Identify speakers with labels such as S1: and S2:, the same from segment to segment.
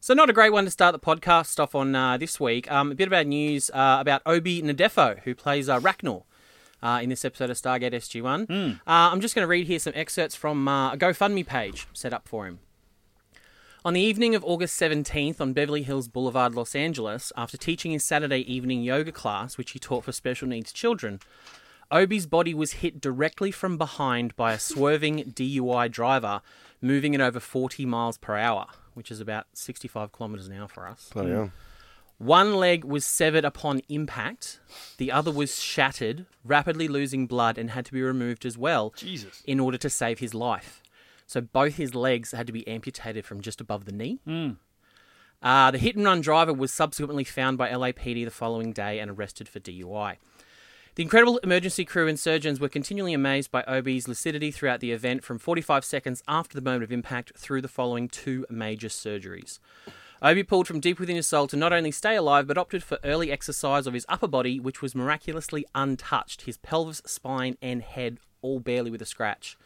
S1: So not a great one to start the podcast off on uh, this week. Um, a bit about news uh, about Obi Nadefo, who plays uh, Racknor. Uh, in this episode of Stargate SG1, uh, I'm just going to read here some excerpts from uh, a GoFundMe page set up for him. On the evening of August 17th on Beverly Hills Boulevard, Los Angeles, after teaching his Saturday evening yoga class, which he taught for special needs children, Obi's body was hit directly from behind by a swerving DUI driver moving at over 40 miles per hour, which is about 65 kilometers an hour for us.
S2: Bloody hell.
S1: One leg was severed upon impact, the other was shattered, rapidly losing blood, and had to be removed as well
S3: Jesus.
S1: in order to save his life. So both his legs had to be amputated from just above the knee. Uh, the hit and run driver was subsequently found by LAPD the following day and arrested for DUI. The incredible emergency crew and surgeons were continually amazed by Obi's lucidity throughout the event from 45 seconds after the moment of impact through the following two major surgeries. Obi pulled from deep within his soul to not only stay alive, but opted for early exercise of his upper body, which was miraculously untouched, his pelvis, spine, and head all barely with a scratch.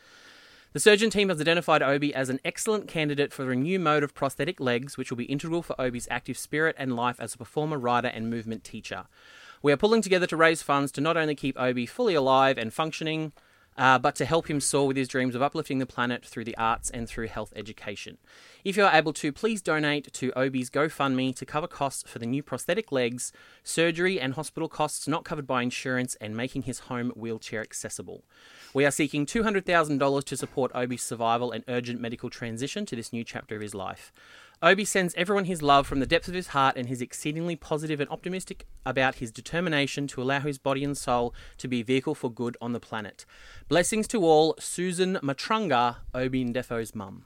S1: The surgeon team has identified Obi as an excellent candidate for a new mode of prosthetic legs, which will be integral for Obi's active spirit and life as a performer, writer, and movement teacher. We are pulling together to raise funds to not only keep Obi fully alive and functioning, uh, but to help him soar with his dreams of uplifting the planet through the arts and through health education. If you are able to, please donate to Obi's GoFundMe to cover costs for the new prosthetic legs, surgery and hospital costs not covered by insurance, and making his home wheelchair accessible. We are seeking $200,000 to support Obi's survival and urgent medical transition to this new chapter of his life. Obi sends everyone his love from the depths of his heart and is exceedingly positive and optimistic about his determination to allow his body and soul to be a vehicle for good on the planet. Blessings to all, Susan Matrunga, Obi Ndefo's mum. Uh,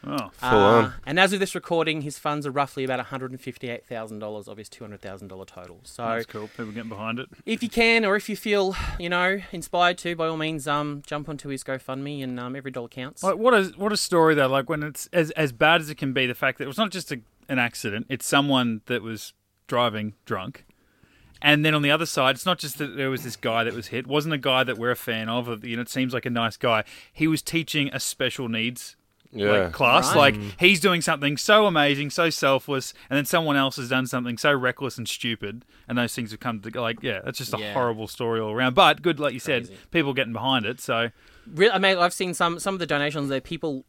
S3: Oh,
S2: Full on.
S1: And as of this recording, his funds are roughly about $158,000 of his $200,000 total. So
S3: that's cool. People getting behind it.
S1: if you can, or if you feel, you know, inspired to, by all means, um, jump onto his GoFundMe and um, every dollar counts.
S3: Like what a what a story though. Like when it's as as bad as it can be, the fact that it was not just a, an accident; it's someone that was driving drunk. And then on the other side, it's not just that there was this guy that was hit. It wasn't a guy that we're a fan of. of- You know, it seems like a nice guy. He was teaching a special needs
S2: Yeah.
S3: like, class.
S1: Right. Mm.
S3: Like he's doing something so amazing, so selfless, and then someone else has done something so reckless and stupid, and those things have come to like yeah, it's just a
S1: Yeah.
S3: horrible story all around. But good, like you said, people getting behind it. So
S1: Real, I mean, I've seen some some of the donations there. People,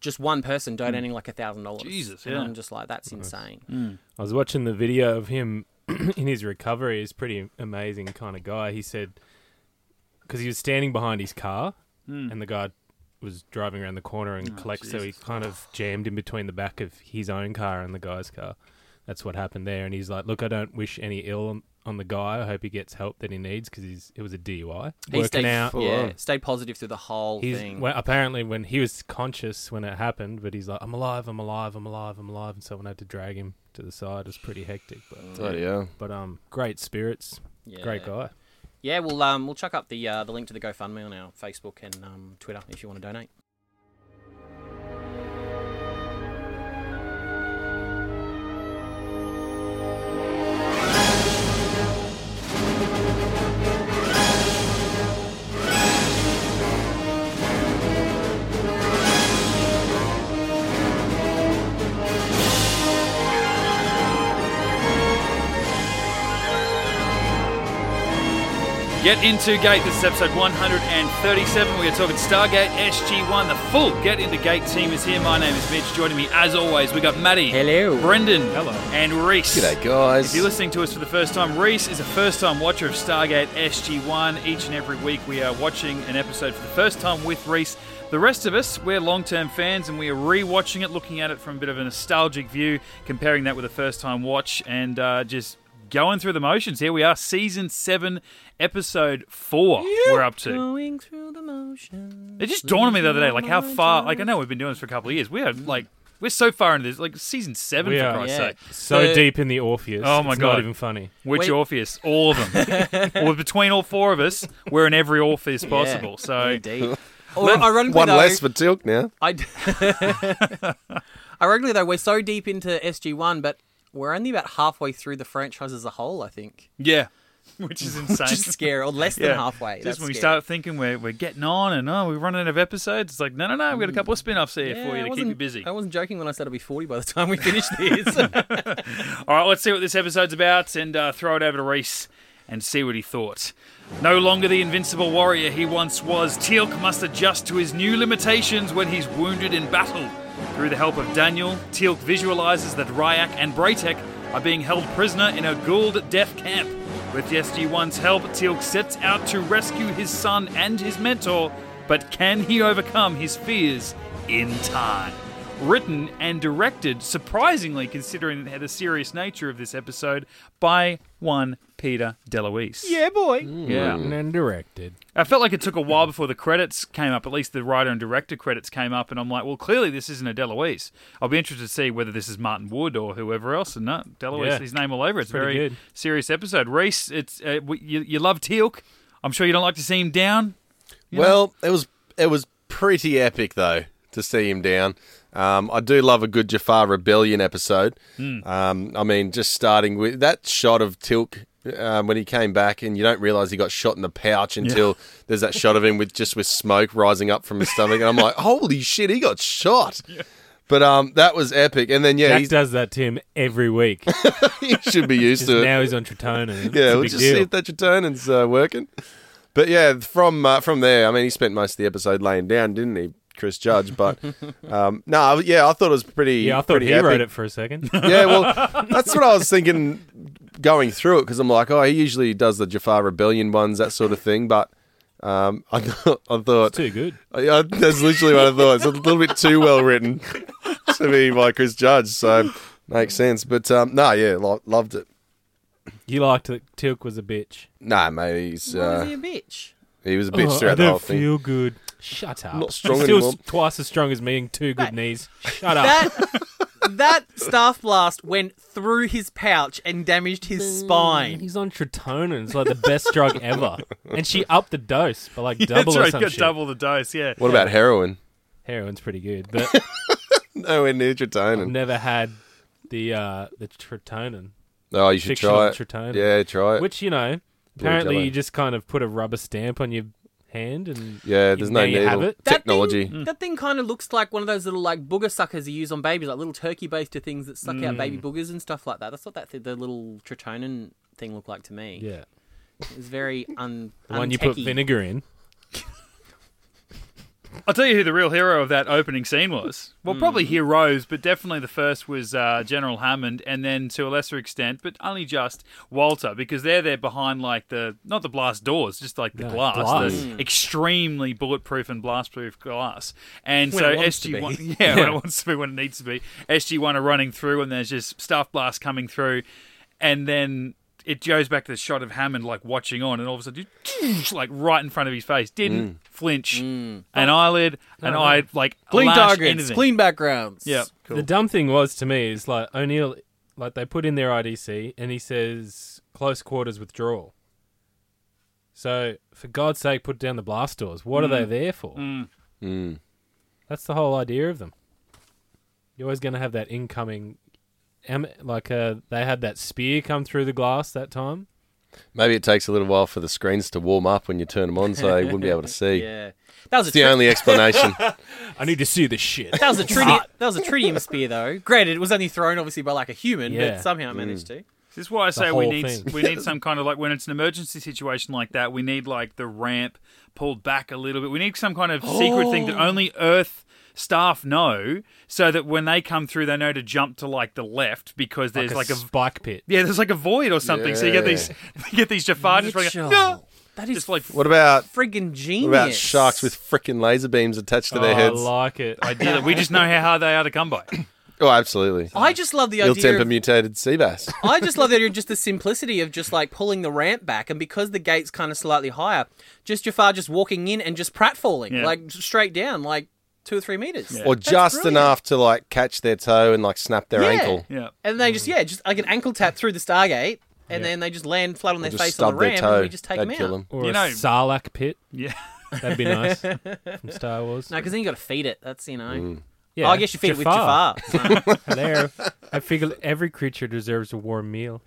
S1: just one person donating like a thousand dollars.
S3: Hmm. Jesus,
S1: and
S3: yeah.
S1: I'm just like, that's insane.
S2: Hmm.
S4: I was watching the video of him in his recovery. He's a pretty amazing kind of guy. He said because he was standing behind his car, and the guy was driving around the corner and collects. So he kind of jammed in between the back of his own car and the guy's car. That's what happened there. And he's like, "Look, I don't wish any ill on, on the guy. I hope he gets help that he needs because he's it was a DUI.
S1: He
S4: Working
S1: stayed,
S4: out.
S1: yeah,
S2: on.
S1: stayed positive through the whole
S4: He's
S1: thing.
S4: well, apparently when he was conscious when it happened, but he's like, "I'm alive. I'm alive. I'm alive. I'm alive." And someone had to drag him to the side. It was pretty hectic, but.
S2: Bloody hell.
S4: But um, great spirits,
S1: yeah.
S4: great guy.
S1: Yeah, we'll um we'll chuck up the uh, the link to the GoFundMe on our Facebook and um, Twitter if you want to donate.
S3: Get Into Gate. This is episode 137. We are talking Stargate SG1. The full Get Into Gate team is here. My name is Mitch. Joining me, as always, we got Maddie.
S1: Hello.
S3: Brendan. Hello. And Reese.
S2: G'day, guys.
S3: If you're listening to us for the first time, Reese is a first time watcher of Stargate SG1. Each and every week, we are watching an episode for the first time with Reese. The rest of us, we're long term fans and we are re watching it, looking at it from a bit of a nostalgic view, comparing that with a first time watch, and uh, just going through the motions. Here we are, season 7, episode 4. We're up to.
S1: Going through the motions.
S3: It just dawned on me the other day, like how far, like I know we've been doing this for a couple of years. We are like, we're so far into this, like season 7,
S4: We
S3: for
S4: are.
S3: Christ's
S1: Yeah.
S3: sake.
S4: So
S1: So-
S4: deep in the Orpheus.
S3: Oh my
S4: it's
S3: God.
S4: Not even funny.
S3: Which
S1: Wait.
S3: Orpheus? All of them. well, between all four of us, we're in every Orpheus possible. So
S1: Indeed. Or, ironically,
S2: One
S1: though,
S2: less for Tilk now.
S1: I d- ironically though, we're so deep into SG one, but we're only about halfway through the franchise as a whole. I think.
S3: yeah, which is insane.
S1: Just scary, or less
S3: Yeah.
S1: than halfway.
S3: Just
S1: That's
S3: when we
S1: scary.
S3: start thinking we're, we're getting on and oh, we're running out of episodes. It's like, no, no, no, we've got a couple of spin offs here
S1: Mm. Yeah, I
S3: for you to keep
S1: wasn't-
S3: you busy.
S1: I wasn't joking when I said it'll be 40 by the time we finish this.
S3: All right, let's see what this episode's about and uh, throw it over to Reese and see what he thought. No longer the invincible warrior he once was, Teal'c must adjust to his new limitations when he's wounded in battle. Through the help of Daniel, Teal'c visualizes that Ryak and Braytek are being held prisoner in a Gould death camp. With the SG-1's help, Teal'c sets out to rescue his son and his mentor, but can he overcome his fears in time? written and directed, surprisingly considering the serious nature of this episode, by one Peter DeLuise.
S1: boy.
S3: Yeah.
S4: Written and directed.
S3: I felt like it took a while before the credits came up, at least the writer and director credits came up, and I'm like, well, clearly this isn't a DeLuise. I'll be interested to see whether this is Martin Wood or whoever else, and no, DeLuise,
S4: Yeah.
S3: his name all over. It's a very
S4: pretty good.
S3: serious episode. Reese, it's uh, w- you, you love Teal'c. I'm sure you don't like to see him down.
S2: Well, it was it was pretty epic though to see him down. Um, I do love a good Jafar rebellion episode. Um, I mean, just starting with that shot of Tilk um, when he came back, and you don't realise he got shot in the pouch until there's that shot of him with just with smoke rising up from his stomach, and I'm like, holy shit, he got shot. But um, that was epic, and then yeah,
S4: Jack
S2: he's,
S4: does that to him every week.
S2: he should be used
S4: Just
S2: to it.
S4: now he's on Tritonin.
S2: Yeah,
S4: it's a
S2: we'll
S4: big
S2: just
S4: deal.
S2: see if that Tritonin's uh, working. But yeah, from uh, from there, I mean, he spent most of the episode laying down, didn't he, Chris Judge? But um, no, I- yeah, I thought it was pretty.
S4: yeah, I thought
S2: pretty
S4: he
S2: epic.
S4: wrote it for a second.
S2: Yeah, well, that's what I was thinking going through it because I'm like, oh, he usually does the Jafar Rebellion ones, that sort of thing. But um, I, thought- I thought
S4: Too good.
S2: yeah, that's literally what I thought. It's a little bit too well written to be by Chris Judge, so makes sense. But um, no, yeah, lo- loved it.
S4: You liked that Tilk was a bitch.
S2: Nah, mate, he's
S1: Why
S2: uh,
S1: is he a bitch?
S2: He was a bitch
S4: Oh,
S2: throughout
S4: I
S2: the
S4: don't
S2: whole thing.
S4: feel good. Shut up.
S2: Not strong
S4: You're Still
S2: anymore.
S4: s- twice as strong as me and two good
S1: Mate,
S4: knees. Shut up.
S1: That that staff blast went through his pouch and damaged his spine.
S4: He's on Tritonin. It's like the best drug ever. And she upped the dose by like double
S3: That's
S4: or
S3: right,
S4: some
S3: you got
S4: shit.
S3: double the dose, yeah.
S2: What about heroin?
S4: Heroin's pretty good, but
S2: Nowhere near
S4: I've
S2: tritonin.
S4: never had the uh, the Tritonin,
S2: Oh, you should
S4: fictional
S2: try it.
S4: Tritonin.
S2: Yeah, try it.
S4: Which you know,
S2: Blue
S4: apparently
S2: jello.
S4: you just kind of put a rubber stamp on your hand and
S2: yeah,
S4: you-
S2: there's
S4: now
S2: no
S4: you have
S2: needle
S4: it.
S1: That
S2: technology.
S3: Hmm.
S1: Thing, That thing kind of looks like one of those little like booger suckers you use on babies, like little turkey baster things that suck out
S3: Hmm.
S1: baby boogers and stuff like that. That's what that th- the little tritonin thing looked like to me.
S4: Yeah,
S1: It was very un.
S4: the one you put
S1: untechy.
S4: vinegar in.
S3: I'll tell you who the real hero of that opening scene was. Well, probably
S4: Hmm.
S3: heroes, but definitely the first was uh, General Hammond, and then to a lesser extent, but only just Walter, because they're there behind like the not the blast doors, just like the
S4: No,
S3: glass,
S4: glass.
S3: the
S1: Hmm.
S3: extremely bulletproof and blastproof glass. And
S1: When
S3: so
S1: it wants to
S3: SG one,
S1: be.
S3: yeah, when it wants to be, when it needs to be, SG one are running through, and there's just stuff blast coming through, and then. It goes back to the shot of Hammond like watching on, and all of a sudden, like right in front of his face,
S1: Hmm.
S3: didn't flinch an eyelid, an eye, like
S1: Uh-huh. Clean
S3: lash,
S1: targets,
S3: anything.
S1: clean backgrounds.
S3: Yeah.
S4: The dumb thing was to me is like O'Neill, like they put in their IDC and he says close quarters withdrawal. So for God's sake, put down the blast doors. What are they there for?
S2: Mm.
S4: That's the whole idea of them. You're always going to have that incoming. am- Like uh, they had that spear come through the glass that time.
S2: Maybe it takes a little while for the screens to warm up when you turn them on, so you wouldn't be able to see. uh,
S1: Yeah. That was a
S2: It's the
S1: tri-
S2: only explanation.
S4: I need to see this shit.
S1: That was a tritium. that was a tritium spear, though. Granted, it was only thrown obviously by like a human,
S4: Yeah.
S1: but
S2: Mm.
S1: somehow it managed to.
S3: This is why I say we
S4: whole
S3: need
S4: thing.
S3: we need some kind of like when it's an emergency situation like that, we need like the ramp pulled back a little bit. We need some kind of secret thing that only
S4: Oh.
S3: Earth staff know, so that when they come through, they know to jump to like the left because there's
S4: Like a,
S3: like a.
S4: spike pit.
S3: yeah, there's like a void or something. So you get
S2: Yeah.
S3: these, you get these Jafar just running,
S1: Mitchell,
S3: no,
S1: that is
S3: just like
S2: what about
S1: friggin' genius.
S2: what about sharks with frickin' laser beams attached to
S4: Oh,
S2: their
S4: I
S2: heads?
S4: like it. I
S3: yeah, we just know how hard they are to come by.
S2: Oh, absolutely.
S1: I just love the idea.
S2: Ill-temper
S1: Of,
S2: mutated sea bass.
S1: I just love the idea of just the simplicity of just like pulling the ramp back, and because the gate's kind of slightly higher, just Jafar just walking in and just pratfalling
S3: Yeah.
S1: like straight down, like two or three meters,
S2: Or
S1: That's
S2: just
S1: brilliant.
S2: enough to like catch their toe and like snap their
S1: Yeah.
S2: ankle.
S3: Yeah,
S1: and they
S2: Mm.
S1: just yeah, just like an ankle tap through the Stargate, and
S4: Yeah.
S1: then they just land flat on their
S2: Just
S1: face on
S2: stub
S1: the
S2: their
S1: ramp,
S2: toe.
S1: and we just take
S2: That'd
S1: them out.
S2: kill them.
S4: Or
S3: You
S4: a
S3: know-
S4: Sarlacc pit.
S3: yeah.
S4: That'd be nice from Star Wars.
S1: No, because then you got to feed it. That's you know.
S2: Mm.
S4: Yeah,
S1: Oh, I guess you feed it with Jafar. so.
S4: there. I figure every creature deserves a warm meal.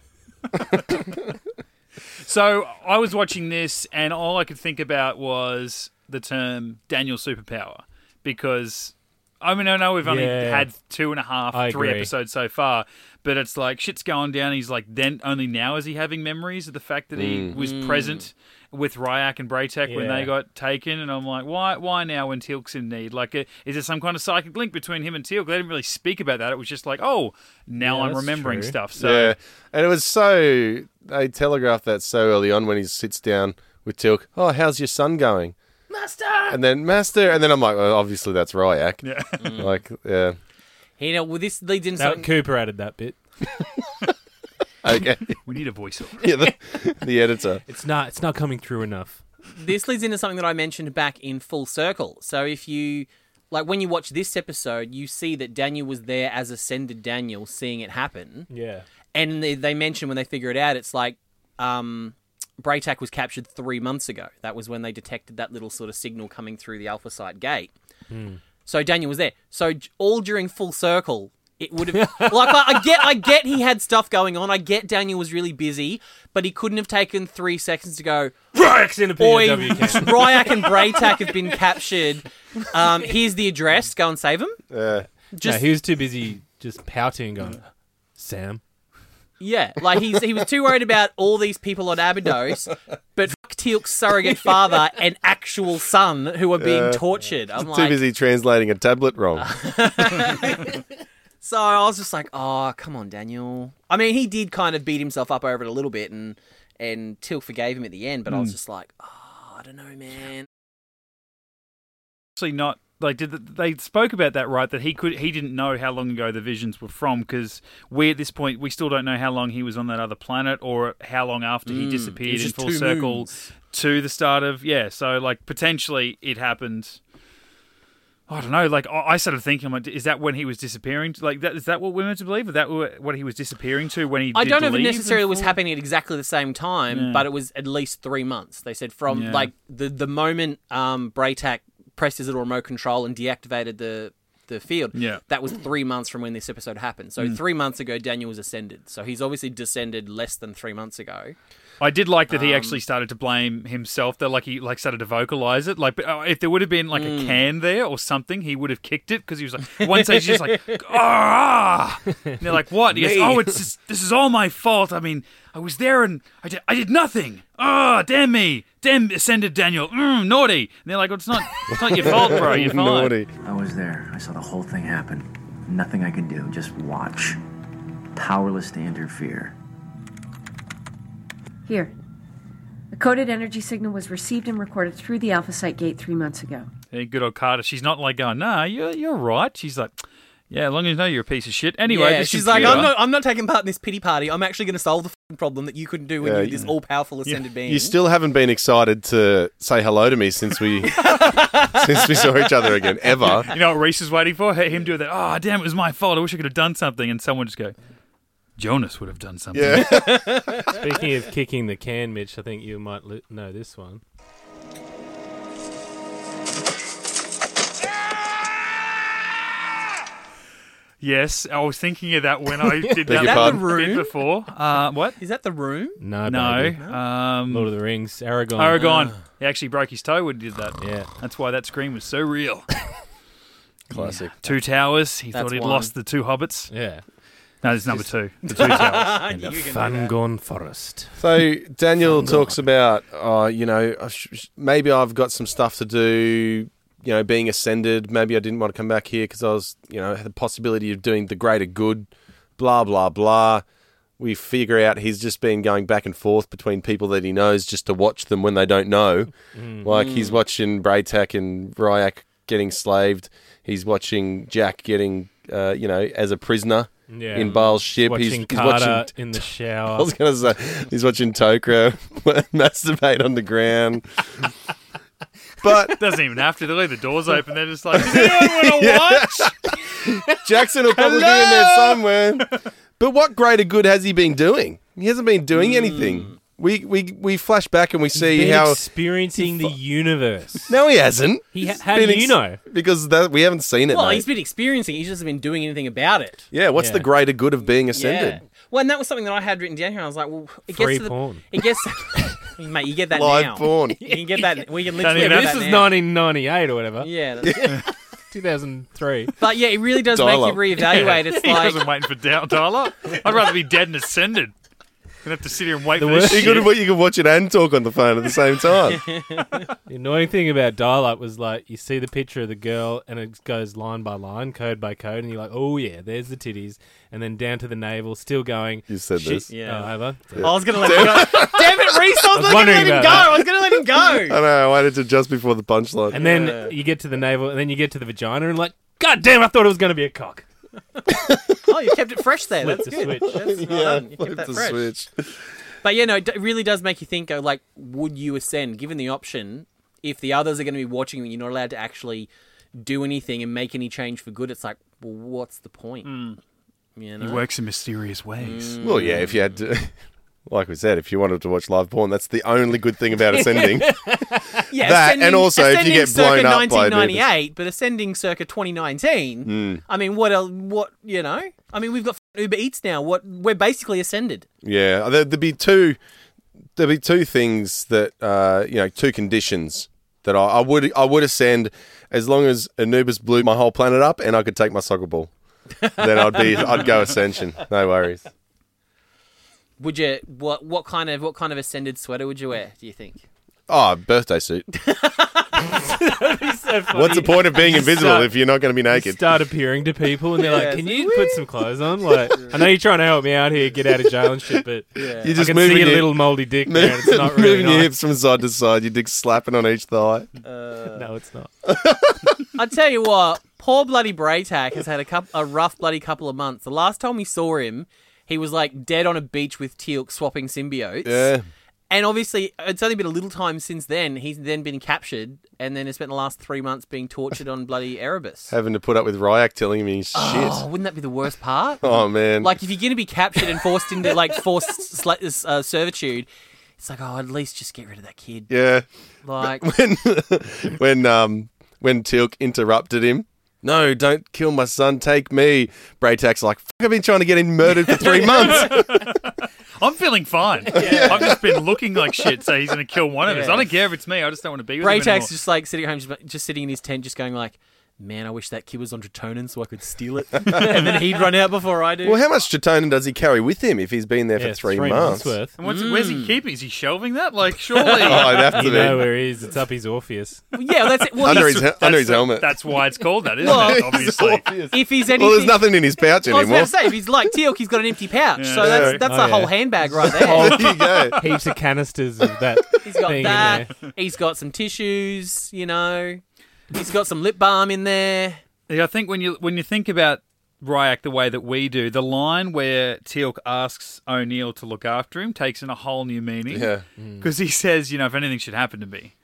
S3: So I was watching this, and all I could think about was the term Daniel superpower because I mean I know we've only
S4: Yeah.
S3: had two and a half,
S4: I
S3: three
S4: agree.
S3: episodes so far, but it's like shit's going down. And he's like, then only now is he having memories of the fact that he was present with Ryak and Braytek when
S4: Yeah.
S3: they got taken, and I'm like, why, why now when Teal'c's in need? Like, uh, is there some kind of psychic link between him and Teal'c? They didn't really speak about that. It was just like, oh, now
S4: Yeah,
S3: I'm
S4: that's
S3: remembering
S4: true.
S3: stuff. So
S2: yeah, and it was so they telegraphed that so early on when he sits down with Tilk. Oh, how's your son going? Master. And then master, and then I'm like, well, obviously that's Ryak. Yeah. like, yeah.
S1: You know, well, this leads into
S4: Now,
S1: something-
S4: Cooper added that bit.
S2: Okay.
S3: we need a voiceover.
S2: yeah. The, the editor.
S4: It's not. It's not coming through enough.
S1: this leads into something that I mentioned back in Full Circle. So if you like when you watch this episode, you see that Daniel was there as ascended Daniel seeing it happen.
S4: Yeah.
S1: And they, they mention when they figure it out, it's like um Braytak was captured three months ago. That was when they detected that little sort of signal coming through the Alpha Site gate. So Daniel was there. So j- all during Full Circle, it would have like I, I get I get he had stuff going on. I get Daniel was really busy, but he couldn't have taken three seconds to go.
S4: Ryack's in a
S1: Boy,
S4: POW camp.
S1: Ryak and Braytak have been captured. Um, here's the address. Go and save them.
S2: Yeah.
S1: Just
S4: no, he was too busy just pouting and going, Sam.
S1: yeah, like he's he was too worried about all these people on Abydos, but fuck Teal'c's surrogate father and actual son who are being tortured. I'm
S2: Too
S1: like,
S2: busy translating a tablet wrong.
S1: so I was just like, oh, come on, Daniel. I mean, he did kind of beat himself up over it a little bit, and and Teal'c forgave him at the end, but I
S2: Hmm.
S1: was just like, oh, I don't know, man.
S3: actually not like did the, they spoke about that right that he could he didn't know how long ago the visions were from because we at this point we still don't know how long he was on that other planet or how long after he disappeared in
S1: Mm, just
S3: full
S1: two
S3: circle
S1: moons.
S3: to the start of yeah so like potentially it happened I don't know like I I started thinking I'm like is that when he was disappearing like that is that what we're meant to believe or that wha- what he was disappearing to when he
S1: I
S3: did
S1: don't know if it
S3: leave and
S1: necessarily was
S3: fall?
S1: happening at exactly the same time, but it was at least three months. They said from
S3: Yeah.
S1: like the the moment um, Braytak pressed his little remote control and deactivated the the field.
S3: Yeah. Mm.
S1: that was three months from when this episode happened. So three months ago, Daniel was ascended. So he's obviously descended less than three months ago.
S3: I did like that
S1: Um,
S3: he actually started to blame himself. That like he like started to vocalize it. Like but, uh, if there would have been like
S1: Hmm.
S3: a can there or something, he would have kicked it because he was like at one stage he's just like ah. And they're like what? And He goes,
S4: Me.
S3: oh, it's just, this is all my fault. I mean, I was there and I did, I did nothing. Ah, damn me, damn ascended Daniel, mm, naughty. And they're like, well, it's not it's not your fault, bro. You're fine.
S2: Naughty.
S5: I was there. I saw the whole thing happen. Nothing I could do, just watch. Powerless to interfere.
S6: Here. A coded energy signal was received and recorded through the Alpha Site gate three months ago.
S3: Hey, good old Carter. She's not like going, nah, you're you're right. She's like, yeah, as long as you know you're a piece of shit. Anyway,
S1: yeah,
S3: this
S1: she's
S3: computer-
S1: like, I'm not, I'm not taking part in this pity party. I'm actually going to solve the f***ing problem that you couldn't do when
S2: Yeah,
S1: you were this all powerful ascended being.
S2: You still haven't been excited to say hello to me since we since we saw each other again ever.
S3: You know what Reese is waiting for? Hey, Him do that. Oh, damn, it was my fault. I wish I could have done something. And someone just go, Jonas would have done something.
S2: Yeah.
S4: Speaking of kicking the can, Mitch, I think you might li- know this one.
S3: Yes, I was thinking of that when I did that,
S2: your
S3: that
S2: pardon?
S3: bit before. Uh, what?
S1: Is that the room?
S4: No,
S3: No.
S4: baby. Lord
S3: Um,
S4: of the Rings, Aragon.
S3: Aragon. He actually broke his toe when he did that.
S4: Yeah.
S3: That's why that scream was so real.
S2: Classic.
S3: Two towers. He
S1: That's
S3: thought he'd
S1: one.
S3: lost the two hobbits.
S4: Yeah.
S3: No, there's number two. The two towers.
S1: Ah, you can do that.
S4: Fangorn Forest.
S2: So Daniel talks about, oh, you know, I sh- sh- maybe I've got some stuff to do. You know, being ascended. Maybe I didn't want to come back here because I was, you know, had the possibility of doing the greater good. Blah blah blah. We figure out he's just been going back and forth between people that he knows just to watch them when they don't know.
S4: Mm.
S2: Like he's watching Braytak and Ryak getting slaved. He's watching Jack getting, uh, you know, as a prisoner
S4: Yeah.
S2: in Bale's ship.
S4: Watching
S2: he's, he's
S4: Carter
S2: watching
S4: in the
S2: I
S4: shower.
S2: was gonna say he's watching Tokra masturbate on the ground. But
S3: Doesn't even have to. They leave the doors open. They're just like, does anyone want to watch?
S2: Jackson will probably be in there somewhere. But what greater good has he been doing? He hasn't been doing anything. We we we flash back and we see
S4: Been
S2: how
S4: experiencing the universe.
S2: No he hasn't.
S4: He ha-
S2: He's
S4: how
S2: been
S4: do you know?
S2: Because that we haven't seen it.
S1: Well,
S2: mate.
S1: he's been experiencing it. He just hasn't been doing anything about it.
S2: yeah, what's
S4: Yeah.
S2: the greater good of being ascended?
S1: Yeah. Well, and that was something that I had written down here. and I was like, well, it gets
S4: Free
S1: to the,
S4: porn.
S1: It gets, mate. You get that
S2: Live
S1: now.
S2: porn.
S1: You can get that. We can
S3: Don't
S1: literally.
S3: even
S1: get
S3: have
S4: this
S1: that
S4: is
S1: now.
S4: 1998 or whatever.
S1: Yeah, that's-
S4: 2003.
S1: but yeah, it really does make you
S2: Dial-up.
S1: reevaluate. It's
S3: he wasn't
S1: like
S3: waiting for dial- dial-up. I'd rather be dead and ascended than have to sit here and wait for this
S4: worst-
S2: You
S3: shit.
S2: could, you could watch it and talk on the phone at the same time.
S4: The annoying thing about dial up was like you see the picture of the girl and it goes line by line, code by code, and you're like, oh yeah, there's the titties, and then down to the navel, still going.
S2: You said
S4: Shit.
S2: this.
S1: Yeah.
S4: Oh, have I?
S1: I was gonna let him go. Damn it, Reese! I was,
S4: was
S1: gonna let him
S4: wondering
S1: go.
S4: about that.
S1: I was gonna let him
S2: I
S1: go.
S2: know. I waited to just before the punchline.
S4: And then you get to the navel, and then you get to the vagina, and like, god damn, I thought it was going to be a cock.
S1: Oh, you kept it fresh there. That's
S4: Flip the
S1: good.
S4: switch.
S1: That's well
S2: yeah,
S1: done. You kept
S2: flip
S1: that
S2: the
S1: fresh.
S2: switch.
S1: But yeah, no, it d- it really does make you think. uh, Like, would you ascend given the option? If the others are going to be watching you and you're not allowed to actually do anything and make any change for good, it's like, well, what's the point? You know?
S3: works in mysterious ways.
S2: Well, yeah, if you had to. Like we said, if you wanted to watch live porn, that's the only good thing about ascending.
S1: yeah,
S2: That, and also if
S1: ascending
S2: you get blown
S1: circa
S2: up by
S1: 1998, but ascending circa 2019.
S2: Hmm.
S1: I mean, what else? What you know? I mean, we've got f- Uber Eats now. What we're basically ascended.
S2: yeah, uh, there, there'd be two, there'd be two things that uh, you know, two conditions that I, I would I would ascend as long as Anubis blew my whole planet up and I could take my soccer ball. then I'd be I'd go ascension. No worries.
S1: Would you what? What kind of what kind of ascended sweater would you wear? Do you think?
S2: Oh, birthday suit. What's the point of being invisible if you're not going to be
S4: You
S2: naked?
S4: start appearing to people, and they're
S1: Yeah,
S4: like, can
S1: it's
S4: you put some clothes on? Like, I know you're trying to help me out here, get out of jail and shit, but
S2: You're
S4: I
S2: just
S4: can
S2: moving
S4: see a
S2: your
S4: little moldy dick there, and it's not really
S2: moving your
S4: nice.
S2: hips from side to side. Your dick slapping on each thigh.
S4: No, it's not.
S1: I tell you what, poor bloody Braytac has had a coup a rough bloody couple of months. The last time we saw him, he was like dead on a beach with Teal'c swapping symbiotes.
S2: Yeah.
S1: And obviously, it's only been a little time since then. He's then been captured and then has spent the last three months being tortured on bloody Erebus.
S2: Having to put up with Ryak telling me shit.
S1: Oh,
S2: Oh,
S1: wouldn't that be the worst part?
S2: man.
S1: Like, if you're going to be captured and forced into like forced sla- uh, servitude, it's like, oh, at least just get rid of that kid.
S2: yeah.
S1: Like,
S2: When when um when Tilk interrupted him. No, don't kill my son. Take me. Braytax like, Fuck, I've been trying to get him murdered for three months.
S3: I'm feeling fine. I've just been looking like shit, so he's going to kill one of us. I don't care if it's me. I just don't want to be with him
S1: Braytax
S3: anymore.
S1: is just like sitting at home, just, just sitting in his tent, just going like, "Man, I wish that kid was on Tritonin so I could steal it, and then he'd run out before I do."
S2: well, how much Tritonin does he carry with him if he's been there
S4: Yeah,
S2: for
S4: it's
S2: three,
S4: worth.
S3: And what's, where's he keeping? Is he shelving that? Like, surely.
S2: Oh, I'd have to
S4: You
S2: be.
S4: know where he is. It's up his Orpheus.
S1: Well, yeah, that's it. Well,
S2: Under
S1: he's-
S2: his, he- under his
S3: the-
S2: helmet.
S3: That's why it's called that, isn't
S1: Well,
S3: it? Obviously.
S1: if he's anything,
S2: well, there's nothing in his pouch
S1: I was about
S2: anymore.
S1: to say, if he's like Teal'c, he's got an empty pouch,
S3: Yeah.
S1: so that's
S3: Yeah.
S1: that's
S4: Oh,
S1: a whole
S4: yeah.
S1: handbag right there.
S2: there you go.
S4: Heaps of canisters of that
S1: He's got
S4: thing in there.
S1: that. He's got some tissues, you know. He's got some lip balm in there.
S3: Yeah, I think when you when you think about Ryak the way that we do, the line where Teal'c asks O'Neill to look after him takes in a whole new meaning.
S2: Yeah.
S4: Mm.
S3: Because he says, you know, if anything should happen to me,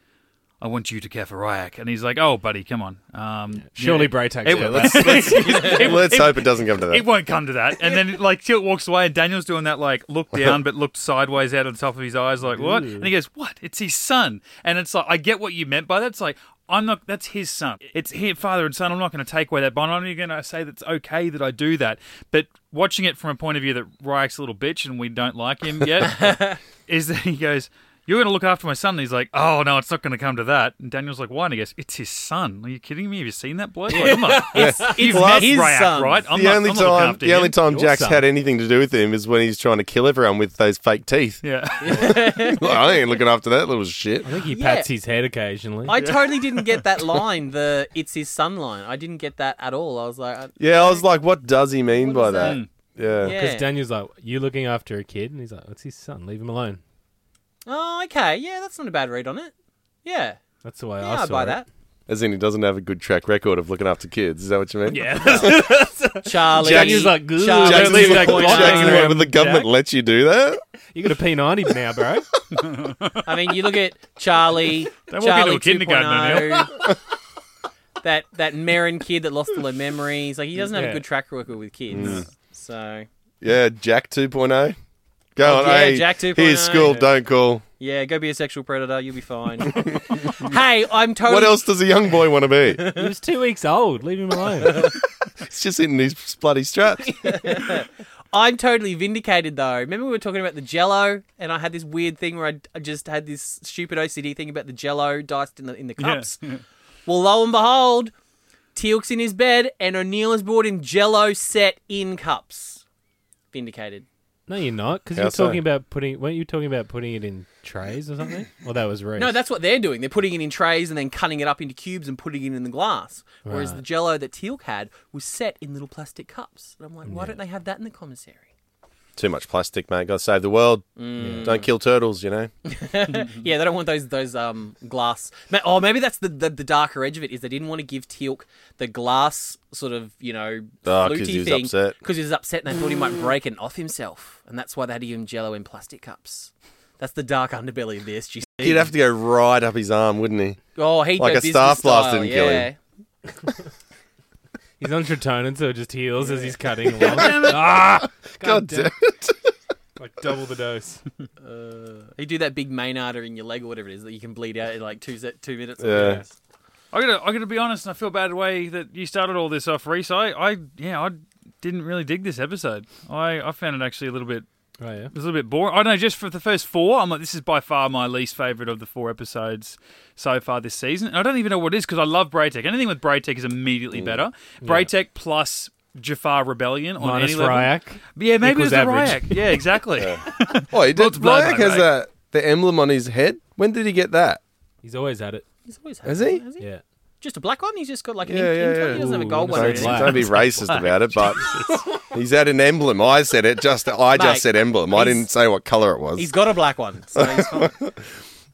S3: I want you to care for Ryak. And he's like, oh, buddy, come on. Um,
S4: Surely
S3: yeah.
S4: Braytax
S3: It,
S4: did that.
S3: let's, let's, it,
S2: Let's
S3: it-
S2: hope it doesn't come to that.
S3: it won't come to that. And then, like, Teal'c walks away, and Daniel's doing that, like, look down, but looked sideways out of the top of his eyes, like, what? And he goes, what? It's his son. And it's like, I get what you meant by that. It's like, I'm not, that's his son. It's his father and son. I'm not going to take away that bond. I'm only going to say that it's okay that I do that. But watching it from a point of view that Ryak's a little bitch and we don't like him yet, is that he goes, you're going to look after my son. And he's like, oh, no, it's not going to come to that. And Daniel's like, why? And he goes, it's his son. Are you kidding me? Have you seen that bloke? Like, come on.
S1: It's,
S3: You've
S1: it's
S3: met
S1: his
S3: Ryak,
S1: son.
S3: right? I'm
S2: the
S3: not-
S2: only
S3: I'm not looking
S2: time
S3: after
S2: the
S3: him.
S2: only time
S4: Your
S2: Jack's
S4: son.
S2: had anything to do with him is when he's trying to kill everyone with those fake teeth.
S3: Yeah.
S2: I ain't looking after that little shit.
S4: I think he
S1: Yeah.
S4: pats his head occasionally.
S1: I totally didn't get that line, the "it's his son" line. I didn't get that at all. I was like, uh, I-
S2: Yeah, I was like, what does he mean by
S1: What
S2: that?
S3: Mm.
S1: is
S2: Yeah.
S1: yeah.
S4: Because Daniel's like, you looking after a kid? And he's like, that's his son. Leave him alone.
S1: Oh, okay. Yeah, that's not a bad read on it. Yeah.
S4: That's the way
S1: Yeah,
S4: I
S1: I
S4: saw
S1: buy
S4: it.
S1: that.
S2: as in he doesn't have a good track record of looking after kids. Is that what you mean?
S4: Yeah.
S1: Charlie.
S2: Jackson's
S1: Charlie's
S4: like, "Good,
S1: Charlie.
S4: don't
S2: Jackson's
S4: leave
S2: like,
S4: that
S2: "Well,
S4: block
S2: Jackson's
S4: hanging
S2: like,
S4: around,
S2: would the government
S4: Jack."
S2: let you do that?
S4: You got a P90 now, bro.
S1: I mean, you look at Charlie.
S3: Don't walk
S1: Charlie
S3: into a kindergarten,
S1: 2.0, That that Merrin kid that lost all her memories. Like he doesn't have a
S4: Yeah.
S1: good track record with kids. So
S2: yeah, Jack 2.0. Go
S1: Oh,
S2: on,
S1: yeah,
S2: hey,
S1: Jack
S2: Here's
S1: 2.0.
S2: school, don't call.
S1: yeah, go be a sexual predator. You'll be fine. hey, I'm totally.
S2: What else does a young boy want to be?
S4: He was two weeks old. Leave him alone.
S2: He's just hitting these bloody straps.
S1: I'm totally vindicated though. Remember we were talking about the Jello, and I had this weird thing where I, I just had this stupid OCD thing about the Jello diced in the in the cups. Well, lo and behold, Teal'c's in his bed, and O'Neill has brought him Jello set in cups. Vindicated.
S4: No, you're not, because
S2: How
S4: you're
S2: so?
S4: talking about putting. weren't you talking about putting it in trays or something? Well, that was Reese.
S1: No, that's what they're doing. They're putting it in trays and then cutting it up into cubes and putting it in the glass. Whereas
S4: Right.
S1: the Jello that Teal'c had was set in little plastic cups. And I'm like, why don't they have that in the commissary?
S2: Too much plastic, mate. Got to save the world.
S1: Mm.
S2: Don't kill turtles, you know.
S1: Yeah, they don't want those those um glass. ma- Oh, maybe that's the, the the darker edge of it is they didn't want to give Teal'c the glass sort of you know
S2: Ah, 'cause
S1: fluty
S2: he was
S1: thing
S2: upset.
S1: because he was upset and they thought he might break and off himself, and that's why they had to give him Jello in plastic cups. That's the dark underbelly of the SGC.
S2: He'd have to go right up his arm, wouldn't he?
S1: oh, he
S2: like a staff blast didn't kill him.
S4: He's on Tritonin, so it just heals as he's cutting along. ah,
S2: God, damn it.
S4: like double the dose.
S1: He do that big main artery in your leg or whatever it is that you can bleed out in like two set two minutes.
S2: Yeah.
S3: I gotta, I gotta be honest, and I feel bad the way that you started all this off, Reese. I, I, yeah, I didn't really dig this episode. I, I found it actually a little bit,
S4: Oh yeah.
S3: it was a little bit boring. I don't know, just for the first four, I'm like, this is by far my least favorite of the four episodes so far this season. And I don't even know what it is because I love Braytech. Anything with Braytech is
S2: Mm.
S3: immediately better. Braytech plus Jafar Rebellion on
S4: Minus
S3: any level.
S4: Ryak.
S3: Yeah, maybe it was
S4: Equals
S3: the
S4: average.
S3: Ryak. Yeah, exactly.
S2: Oh, he did.
S3: Lots of blood,
S2: Ryak
S3: mate,
S2: has
S3: mate.
S2: that the emblem on his head. When did he get that?
S4: He's always at it.
S1: He's always had
S2: Has
S1: that,
S2: he?
S1: Has he?
S4: Yeah.
S1: Just a black one. He's just got like an
S2: Yeah,
S1: ink,
S2: yeah,
S1: ink on it?
S2: yeah.
S1: He doesn't have a
S4: Ooh,
S1: gold one.
S4: so
S1: or
S2: Don't,
S4: it's
S1: anything.
S4: black.
S2: don't be racist about it, but he's had an emblem. I said it. Just I
S1: Mate,
S2: just said emblem. I
S1: he's-
S2: didn't say what color it was.
S1: He's got a black one, so he's fine.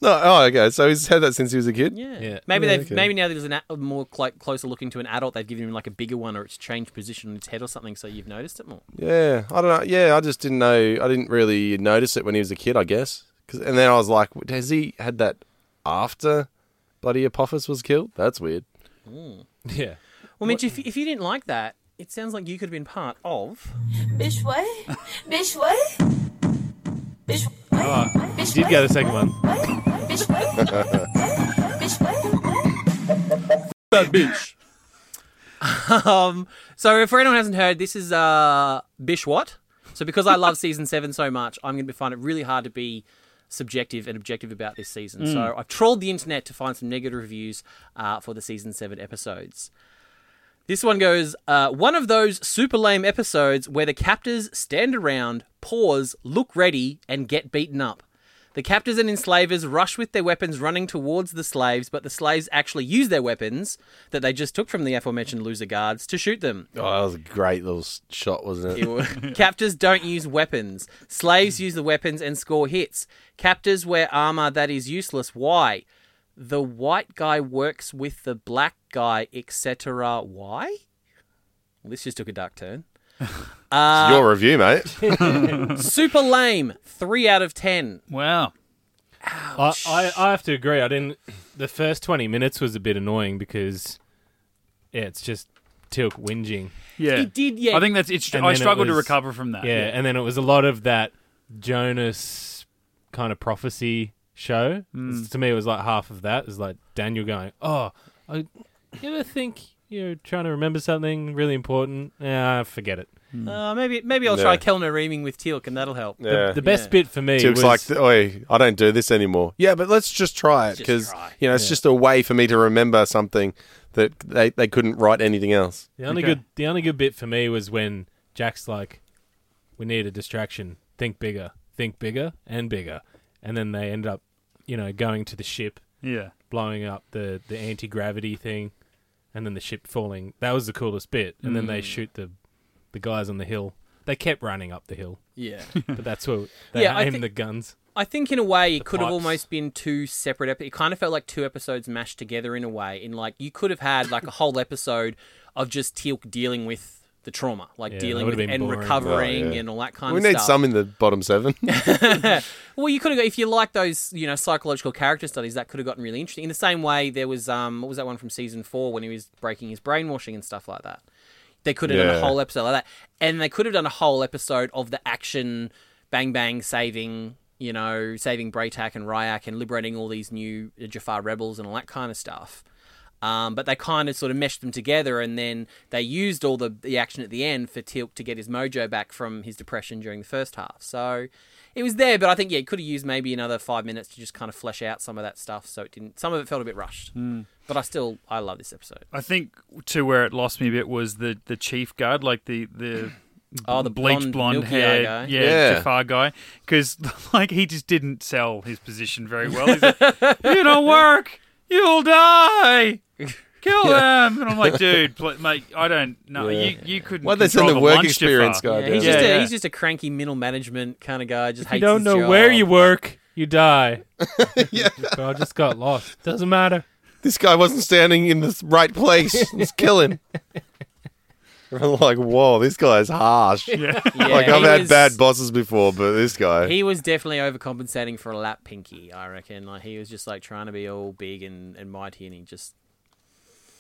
S2: no. Oh, okay. So he's had that since he was a kid.
S1: Yeah.
S4: Yeah.
S1: Maybe
S2: Yeah,
S1: they've
S2: okay.
S1: maybe now there's an a a more cl- closer looking to an adult, they've given him like a bigger one, or it's changed position on its head or something, so you've noticed it more.
S2: Yeah, I don't know. Yeah, I just didn't know. I didn't really notice it when he was a kid, I guess. 'Cause- and then I was like, has he had that after bloody Apophis was killed? That's weird.
S4: Yeah.
S1: Well, Mitch, if, if you didn't like that, it sounds like you could have been part of.
S7: Bitch, what? Bitch, what? Bitch, what?
S4: You
S7: Bitch,
S4: did
S7: what?
S4: get the second one.
S7: What? Bitch, what? Bitch, what?
S1: That bitch. um. So, for anyone who hasn't heard, this is uh Bish what? So, because I love season seven so much, I'm going to find it really hard to be subjective and objective about this season. So, I've trawled the internet to find some negative reviews uh, for the season seven episodes. This one goes uh, one of those super lame episodes where the captors stand around, pause, look ready, and get beaten up. The captors and enslavers rush with their weapons running towards the slaves, but the slaves actually use their weapons that they just took from the aforementioned loser guards to shoot them.
S2: Oh, that was a great little s- shot, wasn't it?
S1: Captors don't use weapons. Slaves use the weapons and score hits. Captors wear armor that is useless. Why? The white guy works with the black guy, etc. Why? Well, this just took a dark turn.
S2: It's Your review, mate.
S1: Super lame. Three out of ten.
S3: Wow.
S4: I, I, I have to agree. I didn't. The first twenty minutes was a bit annoying because, yeah, it's just Tilk whinging.
S3: Yeah.
S1: He did, yeah.
S3: I think that's it's.
S4: And
S3: I
S4: then it
S3: struggled to
S4: was-
S3: recover from that.
S4: Yeah, and then it was a lot of that Jonas kind of prophecy show. To me, it was like half of that. It was like Daniel going, "Oh, I, you ever think you're trying to remember something really important? Ah, forget it."
S1: Uh, maybe maybe I'll
S2: Yeah.
S1: try Kellner reaming with Teal'c and that'll help.
S2: Yeah.
S4: The best
S1: Yeah.
S4: bit for me
S2: He
S4: was
S2: was like, "Oi, I don't do this anymore." Yeah, but let's just try it
S1: Just
S2: because
S1: try.
S2: you know it's just a way for me to remember something that they, they couldn't write anything else.
S4: The only
S3: Okay.
S4: good the only good bit for me was when Jack's like, "We need a distraction. Think bigger. Think bigger and bigger." And then they end up, you know, going to the ship,
S3: Yeah.
S4: blowing up the the anti gravity thing, and then the ship falling. That was the coolest bit. And then they shoot the the guys on the hill. They kept running up the hill,
S1: Yeah.
S4: but that's where they
S1: Yeah, I
S4: aimed
S1: thi-
S4: the guns.
S1: I think in a way it could have
S4: pipes.
S1: almost been two separate episodes. It kind of felt like two episodes mashed together in a way. In like you could have had like a whole episode of just Teal'c dealing with the trauma, like
S4: Yeah,
S1: dealing
S4: that would
S1: with
S4: have been
S1: and
S4: boring.
S1: recovering
S2: Oh, yeah.
S1: and all that kind
S2: we
S1: of
S2: need
S1: stuff.
S2: some in the bottom seven.
S1: Well, you could have got if you like those, you know, psychological character studies. That could have gotten really interesting. In the same way, there was um, what was that one from season four when he was breaking his brainwashing and stuff like that. They could have done a
S2: Yeah.
S1: whole episode like that, and they could have done a whole episode of the action, bang bang, saving, you know, saving Braytak and Ryak and liberating all these new Jafar rebels and all that kind of stuff. Um, but they kind of sort of meshed them together, and then they used all the, the action at the end for Tilk to get his mojo back from his depression during the first half. So it was there, but I think yeah, it could have used maybe another five minutes to just kind of flesh out some of that stuff. So it didn't. Some of it felt a bit rushed, but I still I love this episode.
S3: I think to where it lost me a bit was the the chief guard, like the the
S1: Oh, the
S3: bleached blonde,
S1: milky-eyed
S3: hair,
S1: guy.
S3: yeah,
S2: Yeah.
S3: Jafar guy, because like he just didn't sell his position very well. He's like, you don't work, you'll die. Kill them, and I'm like, dude, pl- mate, I don't know.
S2: Yeah.
S3: You you couldn't.
S2: Well, they
S3: control
S2: send the work
S3: lunch,
S2: experience
S3: Jafar.
S2: guy
S1: Yeah, he's,
S2: down.
S1: just
S3: Yeah,
S1: a,
S3: yeah.
S1: he's just a cranky middle management kind of guy. Just
S4: You
S1: hates
S4: don't
S1: his
S4: know
S1: job.
S4: where you work, you die. But I just got lost. Doesn't matter.
S2: This guy wasn't standing in the right place. Let's kill him. Everyone's like, whoa, this guy's harsh.
S1: Yeah,
S2: like, I've
S1: he
S2: had
S1: was-
S2: bad bosses before, but this guy.
S1: He was definitely overcompensating for a lap pinky, I reckon. Like he was just like trying to be all big and, and mighty, and he just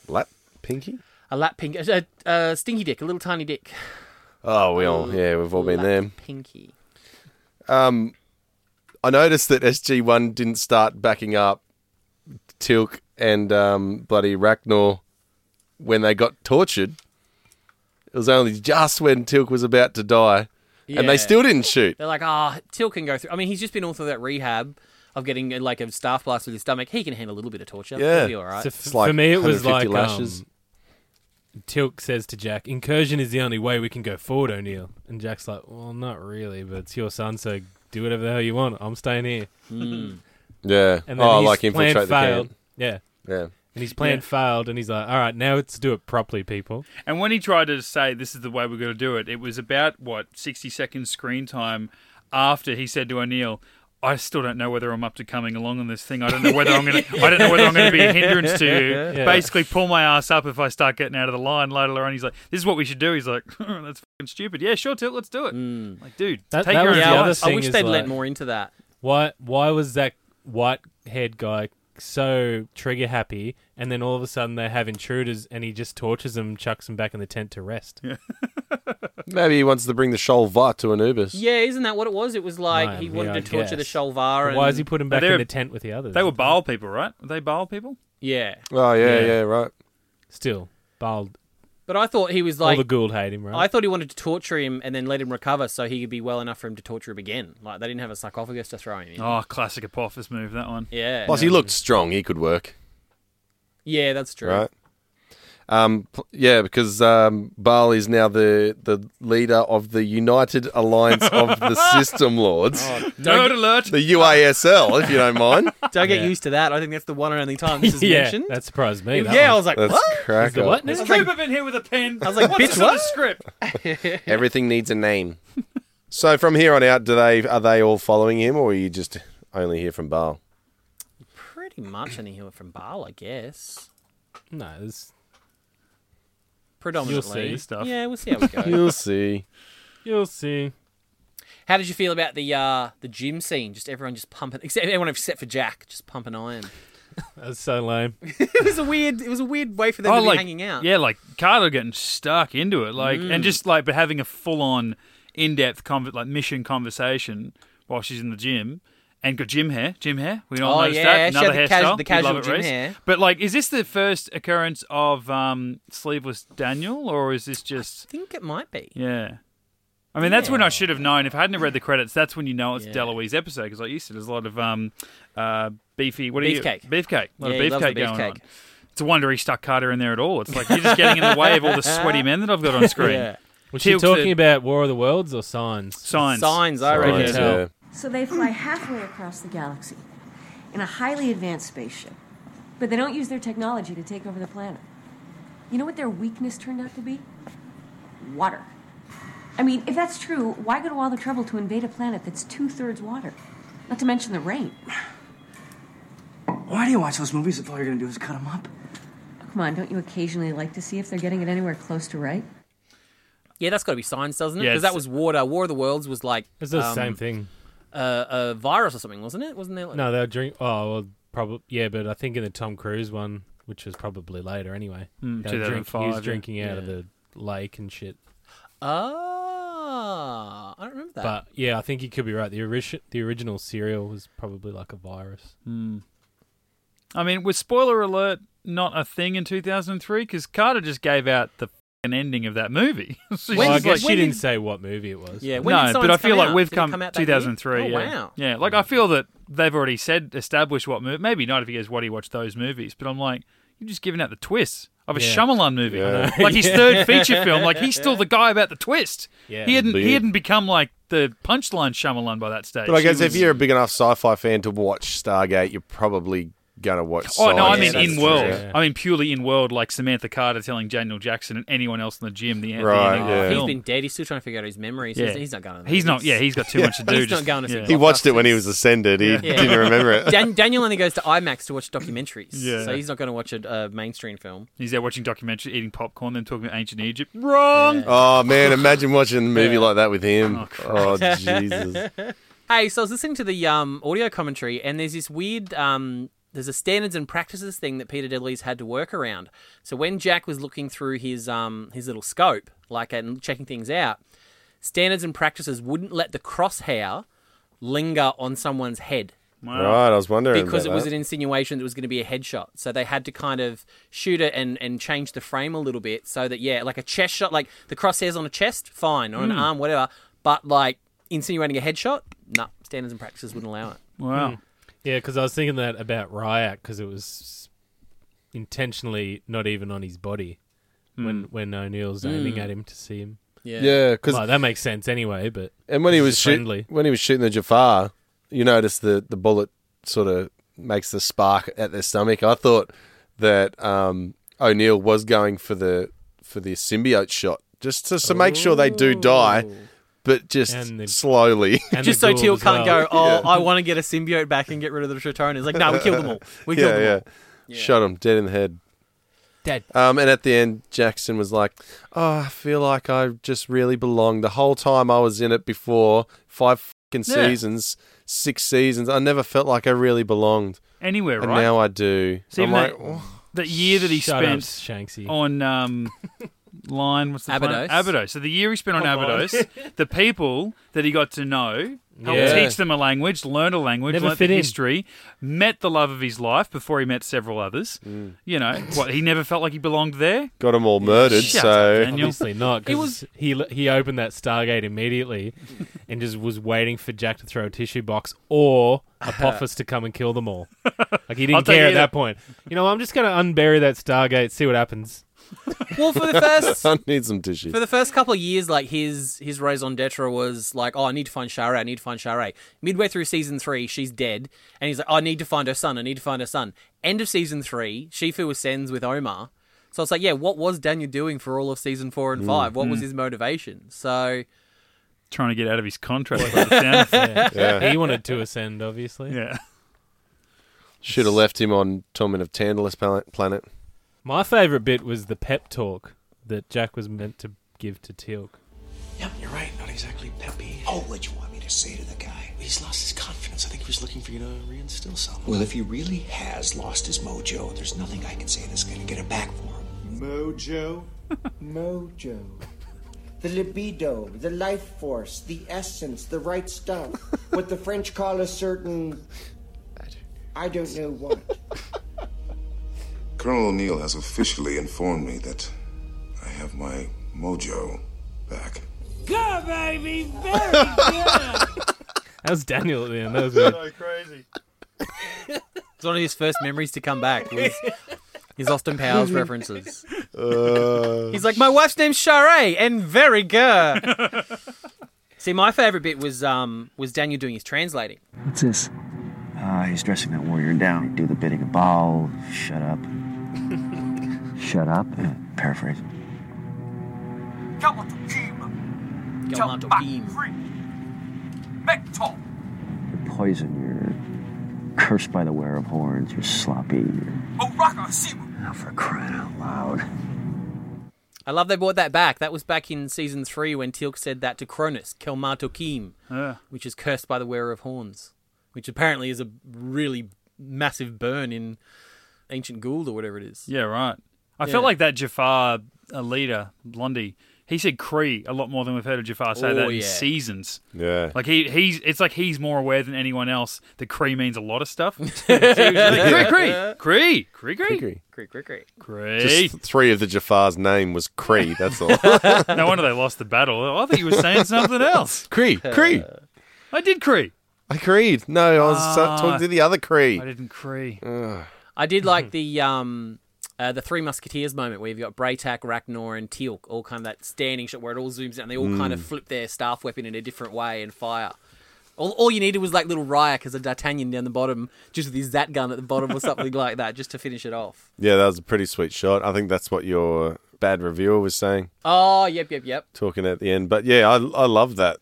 S2: Lap Pinky?
S1: a lap pinky, a, a, a stinky dick, a little tiny dick.
S2: Oh, we all, yeah, we've all been
S1: Lap
S2: there.
S1: Pinky.
S2: I noticed that SG1 didn't start backing up Tilk and um, bloody Ragnor when they got tortured. It was only just when Tilk was about to die, and
S1: Yeah.
S2: they still didn't shoot.
S1: They're like, ah, Till can go through. I mean, he's just been all through that rehab of getting uh, like a staff blast through the stomach. He can handle a little bit of torture.
S2: Yeah.
S1: He'll be all right.
S4: So f-
S2: like
S4: for me, it was
S2: 150
S4: like
S2: lashes.
S4: Um, Tilk says to Jack, "Incursion is the only way we can go forward, O'Neill." And Jack's like, "Well, not really, but it's your son, so do whatever the hell you want. I'm staying here."
S2: Yeah.
S4: And then
S2: Oh,
S4: his
S2: like
S4: plan
S2: infiltrate the
S4: failed.
S2: camp.
S4: Yeah,
S2: Yeah.
S4: and his plan
S3: Yeah.
S4: failed, and he's like, "All right, now let's do it properly, people."
S3: And when he tried to say this is the way we're going to do it, it was about what sixty seconds screen time after he said to O'Neill, "I still don't know whether I'm up to coming along on this thing. I don't know whether I'm going to. I don't know whether I'm going to be a hindrance to you.
S4: Yeah.
S3: Basically, pull my ass up if I start getting out of the line." Later on, he's like, "This is what we should do." He's like, "That's fucking stupid. Yeah, sure, Tilt, let's do it." Like, dude,
S4: That-
S3: take
S4: that
S3: your
S4: was
S3: own
S4: the
S1: yeah, I-
S4: other
S3: advice.
S1: I,
S4: thing
S1: wish
S4: is,
S1: they'd
S4: like-
S1: lent more into that.
S4: Why? Why was that white-haired guy so trigger happy? And then all of a sudden, they have intruders, and he just tortures them, chucks them back in the tent to rest.
S2: Maybe he wants to bring the Sholva to Anubis.
S1: Yeah, isn't that what it was? It was like
S4: No,
S1: he
S4: yeah,
S1: wanted
S4: I
S1: to torture
S4: guess.
S1: the Shalvar. And,
S4: Why is he putting back
S3: They were-
S4: in the tent with the others?
S3: They were Baal people, right? Were they Baal people?
S1: Yeah,
S2: Oh, yeah,
S4: Yeah.
S2: yeah, right.
S4: still bald.
S1: but I thought he was
S4: all
S1: like
S4: the Gould hate him, right?
S1: I thought he wanted to torture him and then let him recover so he could be well enough for him to torture him again. Like they didn't have a sarcophagus to throw him in.
S3: Oh, classic Apophis move. That one.
S1: Yeah.
S2: Plus, he looked strong. He could work,
S1: Yeah, that's true.
S2: right? Um, pl- yeah, because um, Baal is now the, the leader of the United Alliance of the System Lords,
S4: Oh,
S3: Nerd alert.
S2: the UASL, if you don't mind.
S1: Don't get
S4: Yeah.
S1: used to that. I think that's the one and only time this is
S4: yeah,
S1: mentioned.
S4: that surprised me. that
S1: yeah, I
S4: one.
S1: was like,
S2: That's
S1: what?
S2: crack.
S4: Is the
S2: up.
S4: what?
S1: I
S4: now?
S1: was like,
S3: Cooper been here with a pen.
S1: I was like,
S3: What's
S1: bitch,
S3: this on the
S1: what?
S3: script?
S2: Everything needs a name. so from here on out, do they are they all following him, or are you just only hear from Baal?
S1: pretty much any hear from Baal, I guess.
S4: No, it's-
S1: Predominantly.
S4: see
S3: stuff.
S1: Yeah, we'll see how we go.
S2: You'll see.
S4: you'll see.
S1: how did you feel about the uh, the gym scene? Just everyone just pumping, except everyone except for Jack, just pumping iron.
S4: That's so lame.
S1: it was a weird. It was a weird way for them to be
S3: Oh, like,
S1: hanging out. Mm.
S3: Yeah, like Carter getting stuck into it, like, and just like, but having a full-on, in-depth, conver- like mission conversation while she's in the gym, and got gym hair, gym hair. We all
S1: Oh,
S3: noticed
S1: yeah,
S3: that.
S1: she had
S3: Another
S1: the casu-
S3: hairstyle.
S1: the
S3: We love
S1: casual
S3: it,
S1: gym
S3: Reese.
S1: hair.
S3: But like, is this the first occurrence of um, sleeveless Daniel, or is this just
S1: I think it might be.
S3: yeah? I mean, that's when I should have known. If I hadn't have read the credits, that's when you know it's
S1: Yeah.
S3: Deloise episode because, like you said, there's a lot of um, uh, beefy. What are
S1: Beefcake.
S3: you? Beefcake. A
S1: Yeah,
S3: lot of
S1: he loves the
S3: beefcake going
S1: beefcake.
S3: on. It's a wonder he stuck Carter in there at all. It's like you're just getting in the way of all the sweaty men that I've got on screen.
S1: Yeah.
S4: Was she
S3: Tilk's
S4: talking
S3: a-
S4: about War of the Worlds or signs?
S3: Signs.
S1: Signs, I reckon.
S4: Right. tell.
S2: yeah.
S6: So they fly halfway across the galaxy in a highly advanced spaceship, but they don't use their technology to take over the planet. You know what their weakness turned out to be? Water. I mean, if that's true, why go to all the trouble to invade a planet that's two thirds water? Not to mention the rain.
S5: Why do you watch those movies if all you're gonna do is cut them up?
S6: Come on, don't you occasionally like to see if they're getting it anywhere close to right?
S1: Yeah, that's got to be signs, doesn't it?
S3: Yeah,
S1: Because that
S3: it's-
S1: was water. War of the Worlds was like
S4: It's the
S1: um,
S4: same thing.
S1: a, a virus or something, wasn't it? Wasn't there? Like,
S4: No, they'll drink. Oh, well, probably. Yeah, but I think in the Tom Cruise one, which was probably later anyway,
S1: Hmm,
S4: they were drink- he
S3: 2005,
S4: was
S3: yeah.
S4: drinking out of the lake and shit.
S1: Ah, I don't remember that.
S4: But yeah, I think you could be right. The, ori- the original cereal was probably like a virus.
S3: I mean, with spoiler alert, not a thing in 2003? Because Carter just gave out the f***ing ending of that movie. so
S1: When
S4: Well, I
S1: did-
S3: she's like,
S4: guess she
S1: when
S4: didn't
S1: did-
S4: say what movie it was.
S1: Yeah,
S4: but-
S1: when
S3: no,
S1: did
S3: but I
S1: Science
S3: feel
S1: come
S3: like
S1: out?
S3: we've
S1: Did it
S3: come,
S1: out that year?
S3: 2003.
S1: Oh,
S3: yeah.
S1: wow.
S3: Yeah, like I feel that they've already said established what movie. Maybe not if he goes, "What do you watch those movies?" But I'm like, you're just giving out the twists of a
S4: Yeah.
S3: Shyamalan movie,
S2: Yeah.
S3: like his third feature film. Like he's still the guy about the twist.
S4: Yeah.
S3: he hadn't he
S2: Big.
S3: hadn't become like the punchline Shyamalan by that stage.
S2: But I guess
S3: He
S2: if
S3: was-
S2: you're a big enough sci-fi fan to watch Stargate, you're probably gonna watch.
S3: Oh no! I
S2: Science.
S3: mean
S1: that's
S3: in
S1: true,
S3: world.
S4: yeah.
S3: I mean purely in world, like Samantha Carter telling Daniel Jackson and anyone else in the gym. The,
S2: Right,
S3: the ending
S2: yeah.
S3: of the
S2: He's
S1: Oh, He's
S3: film.
S1: been dead. He's still trying to figure out his memories.
S3: um, Yeah.
S1: He's, he's not going. to the
S3: He's not.
S1: movies.
S3: Yeah, he's got too much to do.
S1: He's not
S3: just-
S1: going to see
S3: yeah.
S2: He watched it when he was ascended. He
S1: Yeah.
S2: didn't remember it.
S1: Dan- Daniel only goes to IMAX to watch documentaries.
S3: Yeah.
S1: So he's not going to watch a, a mainstream film.
S3: He's there watching documentary, eating popcorn, then talking about ancient Egypt. Wrong.
S2: Oh man, imagine watching a movie
S1: Yeah.
S2: like that with him.
S3: Oh,
S2: Oh, Jesus.
S1: Hey, so I was listening to the um, audio commentary, and there's this weird. Um, there's a standards and practices thing that Peter Dedley's had to work around. So when Jack was looking through his um, his little scope, like and checking things out, standards and practices wouldn't let the crosshair linger on someone's head.
S2: Right, I was wondering
S1: because it
S2: about
S1: was
S2: that.
S1: an insinuation that it was going to be a headshot. So they had to kind of shoot it and, and change the frame a little bit so that, yeah, like a chest shot, like the crosshairs on a chest, fine, on an
S2: Hmm.
S1: arm, whatever. But like insinuating a headshot, no, standards and practices wouldn't allow it.
S3: Wow.
S4: Hmm. Yeah, because I was thinking that about Ryak because it was intentionally not even on his body
S2: Hmm.
S4: when when O'Neill's aiming at him to see him.
S2: yeah, because
S4: Well, that makes sense anyway, but
S2: and when he was
S4: friendly.
S2: shooting, when he was shooting the Jafar, you notice the the bullet sort of makes the spark at their stomach. I thought that um, O'Neill was going for the for the symbiote shot just to, to make sure they do die, but just
S4: Oh. And the-
S2: slowly.
S4: and
S1: Just
S4: the
S1: so
S4: Gould
S1: Teal
S4: as
S1: can't
S4: well.
S1: go, oh, I want to get a symbiote back and get rid of the Tritonians. Like, no, we killed them all. We killed
S2: yeah,
S1: them
S2: yeah.
S1: all.
S2: Shot him dead in the head.
S4: Dead.
S2: Um, and at the end, Jackson was like, "Oh, I feel like I just really belong. The whole time I was in it before, five fucking
S3: Yeah.
S2: seasons, six seasons, I never felt like I really belonged,
S3: Anywhere,
S2: and
S3: right?
S2: now I do."
S3: So
S2: I'm
S3: even
S2: like,
S3: that-
S2: "Oh,
S3: the year that he
S4: Shut up,
S3: spent
S4: Shanksy.
S3: on um, line, what's the planet?
S1: Abydos.
S3: Abydos. So the year he spent on
S4: Come on.
S3: Abydos, the people that he got to know, helped
S4: Yeah.
S3: teach them a language, learn a language,
S4: Never
S3: learned
S4: fit
S3: the
S4: in.
S3: history, met the love of his life before he met several others.
S4: Mm.
S3: You know, what he never felt like he belonged there.
S2: got them all murdered.
S3: Shut
S2: so
S3: up, Daniel.
S4: Obviously not,
S1: It
S4: because
S1: was-
S4: he l- he opened that Stargate immediately, and just was waiting for Jack to throw a tissue box or Apophis to come and kill them all. Like he
S3: I'll
S4: didn't
S3: take
S4: care at
S3: either.
S4: that point. You know, I'm just gonna unbury that Stargate, see what happens.
S1: Well, for the first
S2: I need some tissue.
S1: For the first couple of years, like his his raison d'etre was like, oh, I need to find Shara, I need to find Shara. Midway through season three, she's dead, and he's like, oh, I need to find her son, I need to find her son. End of season three, Shifu ascends with Omar. So it's like, yeah, what was Daniel doing for all of season four and five? What was his motivation? So
S3: Trying to get out of his contract. by the sound of it.
S4: He wanted to ascend, obviously.
S3: yeah.
S2: Should have left him on Torment of Tantalus pal- planet.
S4: My favorite bit was the pep talk that Jack was meant to give to Teal'c.
S8: Yep, you're right. Not exactly peppy. Oh, what'd you want me to say to the guy? He's lost his confidence. I think he was looking for you to reinstill some. Well, if he really has lost his mojo, there's nothing I can say that's going to get it back for him.
S9: Mojo. Mojo. The libido, the life force, the essence, the right stuff. What the French call a certain. I don't know what.
S10: Colonel O'Neill has officially informed me that I have my mojo back.
S8: Good, baby! Very good!
S4: That was Daniel at the end. That was weird.
S3: crazy.
S1: it's one of his first memories to come back was his Austin Powers references. He's like, my wife's name's Shara, and very good. See, my favorite bit was um was Daniel doing his translating.
S5: What's this? Ah, he's dressing that warrior down. Do the bidding of Baal. Shut up. Shut up. Paraphrase.
S1: Go on, Dr. Beam.
S5: You're poisoned. You're cursed by the wear of horns. You're sloppy. You're... Oh, for crying out loud.
S1: I love they brought that back. That was back in season three when Teal'c said that to Cronus, Kelmato Kim, which is cursed by the wearer of horns, which apparently is a really massive burn in ancient Gould or whatever it is.
S3: Yeah, right. I
S1: Yeah.
S3: felt like that Jafar uh, leader, Blondie, He said Cree a lot more than we've heard of Jafar say
S1: Oh,
S3: that in
S1: yeah.
S3: seasons.
S2: Yeah.
S3: Like he he's it's like he's more aware than anyone else that Cree means a lot of stuff. Cree, Cree, Cree, Cree, Cree, Cree,
S2: Cree.
S1: Great, great, great.
S3: Cree.
S2: Just three of the Jafar's name was Cree. That's all.
S3: No wonder they lost the battle. I thought you were saying something else.
S2: Cree, Cree.
S3: I did Cree.
S2: I creed. No, I was
S1: Ah.
S2: uh, talking to the other Cree.
S3: I didn't Cree.
S1: I did like the um, uh, the Three Musketeers moment where you've got Braytak, Ragnar, and Teal'c all kind of that standing shot where it all zooms out and they all kind of flip their staff weapon in a different way and fire. All, all you needed was like little Ryak as a D'Artagnan down the bottom, just with his Zat gun at the bottom or something like that, just to finish it off.
S2: Yeah, that was a pretty sweet shot. I think that's what your bad reviewer was saying,
S1: Oh, yep, yep, yep.
S2: talking at the end. But yeah, I I love that.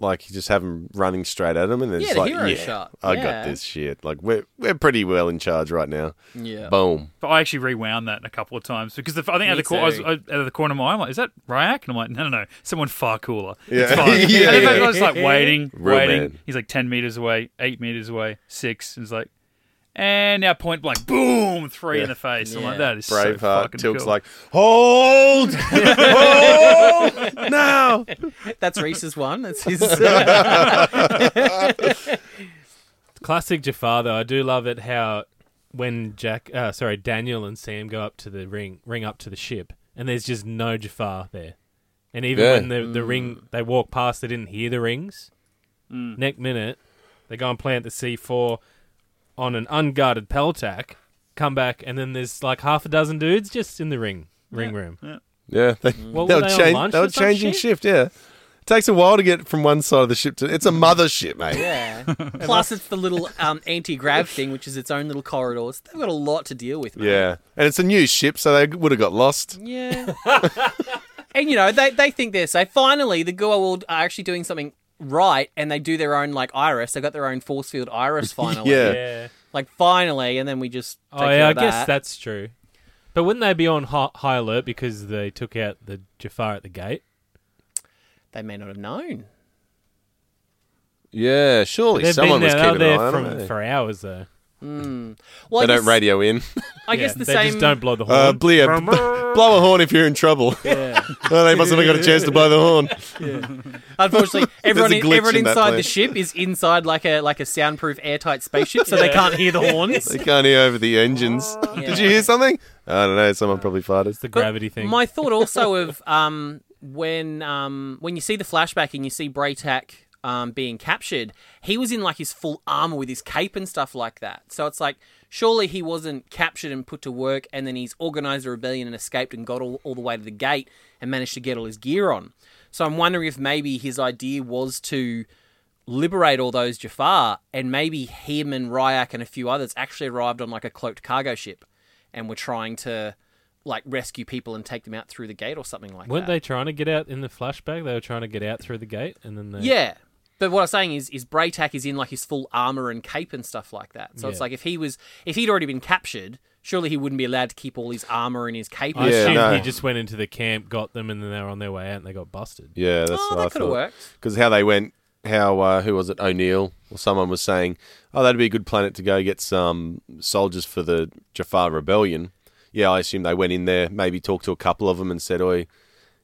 S2: Like you just have him running straight at him, and then
S1: Yeah,
S2: it's
S1: the
S2: like,
S1: hero
S2: yeah,
S1: shot.
S2: I
S1: Yeah.
S2: got this shit. Like we're we're pretty well in charge right now.
S1: Yeah.
S2: Boom.
S3: But I actually rewound that a couple of times because the, I think out of the,
S1: Me
S3: cor- I was,
S1: too.
S3: I, out of the corner of my eye, I'm like, is that Ryak? And I'm like, no, no, no, someone far cooler. It's
S2: Yeah.
S3: fine.
S2: Yeah,
S3: And
S2: yeah.
S3: I was like waiting,
S2: Real
S3: waiting.
S2: man.
S3: He's like 10 meters away, 8 meters away, 6. And he's like, and now point blank, boom, three in the face. I'm like,
S1: Yeah.
S3: that is so
S2: Braveheart.
S3: fucking
S2: Tilk's
S3: cool.
S2: like, hold, hold now.
S1: That's Reese's one. That's his.
S4: Classic Jafar though. I do love it how when Jack, uh, sorry, Daniel and Sam go up to the ring, ring up to the ship, and there's just no Jafar there. And even
S2: Yeah.
S4: when the the ring they walk past, they didn't hear the rings. Next minute, they go and plant the C four on an unguarded peltac. Come back, and then there's like half a dozen dudes just in the ring ring room.
S2: Yeah, they,
S4: What
S2: they
S4: were
S2: were,
S4: they on
S2: change-
S4: lunch
S2: they
S4: or
S2: were
S4: some
S2: changing
S4: shit?
S2: shift. Yeah, it takes a while to get from one side of the ship to. It's a mothership, mate.
S1: yeah. Plus, it's the little um, anti grav thing, which is its own little corridors. They've got a lot to deal with, mate.
S2: Yeah, and it's a new ship, so they would have got lost.
S1: Yeah. and you know, they they think they're safe. Finally, the Goa'uld are actually doing something right and they do their own like iris. They got their own force field iris finally.
S2: Yeah.
S4: Yeah.
S1: Like finally, and then we just take
S4: Oh
S1: care
S4: yeah, I
S1: of
S4: guess
S1: that.
S4: that's true. But wouldn't they be on high, high alert because they took out the Jafar at the gate?
S1: they may not have known.
S2: Yeah, surely
S4: They've
S2: someone
S4: been
S2: was
S4: there,
S2: keeping
S4: they
S2: an
S4: were
S2: eye
S4: there
S2: on
S4: from,
S2: them. eh?
S4: for hours though.
S1: Well,
S2: They
S1: I
S2: don't
S1: guess,
S2: radio in.
S1: I guess the
S4: they
S1: same.
S4: just don't blow the horn.
S2: Uh, Blea, b- blow a horn if you're in trouble. oh, they must have got a chance to blow the horn.
S1: Unfortunately, everyone,
S2: a
S1: in-
S2: glitch
S1: everyone
S2: in that
S1: inside the
S2: plan.
S1: ship is inside like a like a soundproof airtight spaceship, so they can't hear the horns.
S2: They can't hear over the engines. Did you hear something? I don't know. Someone probably farted.
S4: it's the gravity thing.
S1: My thought also of um, when um, when you see the flashback and you see Braytak um, being captured, he was in like his full armor with his cape and stuff like that. So it's like surely he wasn't captured and put to work, and then he's organized a rebellion and escaped and got all, all the way to the gate and managed to get all his gear on. So I'm wondering if maybe his idea was to liberate all those Jafar, and maybe him and Ryak and a few others actually arrived on like a cloaked cargo ship, and were trying to like rescue people and take them out through the gate or something like
S4: Weren't they
S1: that.
S4: trying to get out in the flashback? They were trying to get out through the gate, and then they
S1: Yeah. But what I'm saying is, is Braytak is in like his full armor and cape and stuff like that. So it's
S4: Yeah.
S1: like if he was, if he'd already been captured, surely he wouldn't be allowed to keep all his armor and his cape.
S4: I
S1: and
S2: Yeah,
S4: assume
S1: stuff.
S2: no.
S4: he just went into the camp, got them, and then they were on their way out, and they got busted.
S2: Yeah, that's
S1: Oh,
S2: what
S1: that
S2: I
S1: coulda
S2: thought.
S1: worked.
S2: Because how they went, how uh, who was it? O'Neill or someone was saying, "Oh, that'd be a good planet to go get some soldiers for the Jafar rebellion." Yeah, I assume they went in there, maybe talked to a couple of them, and said, "Oi,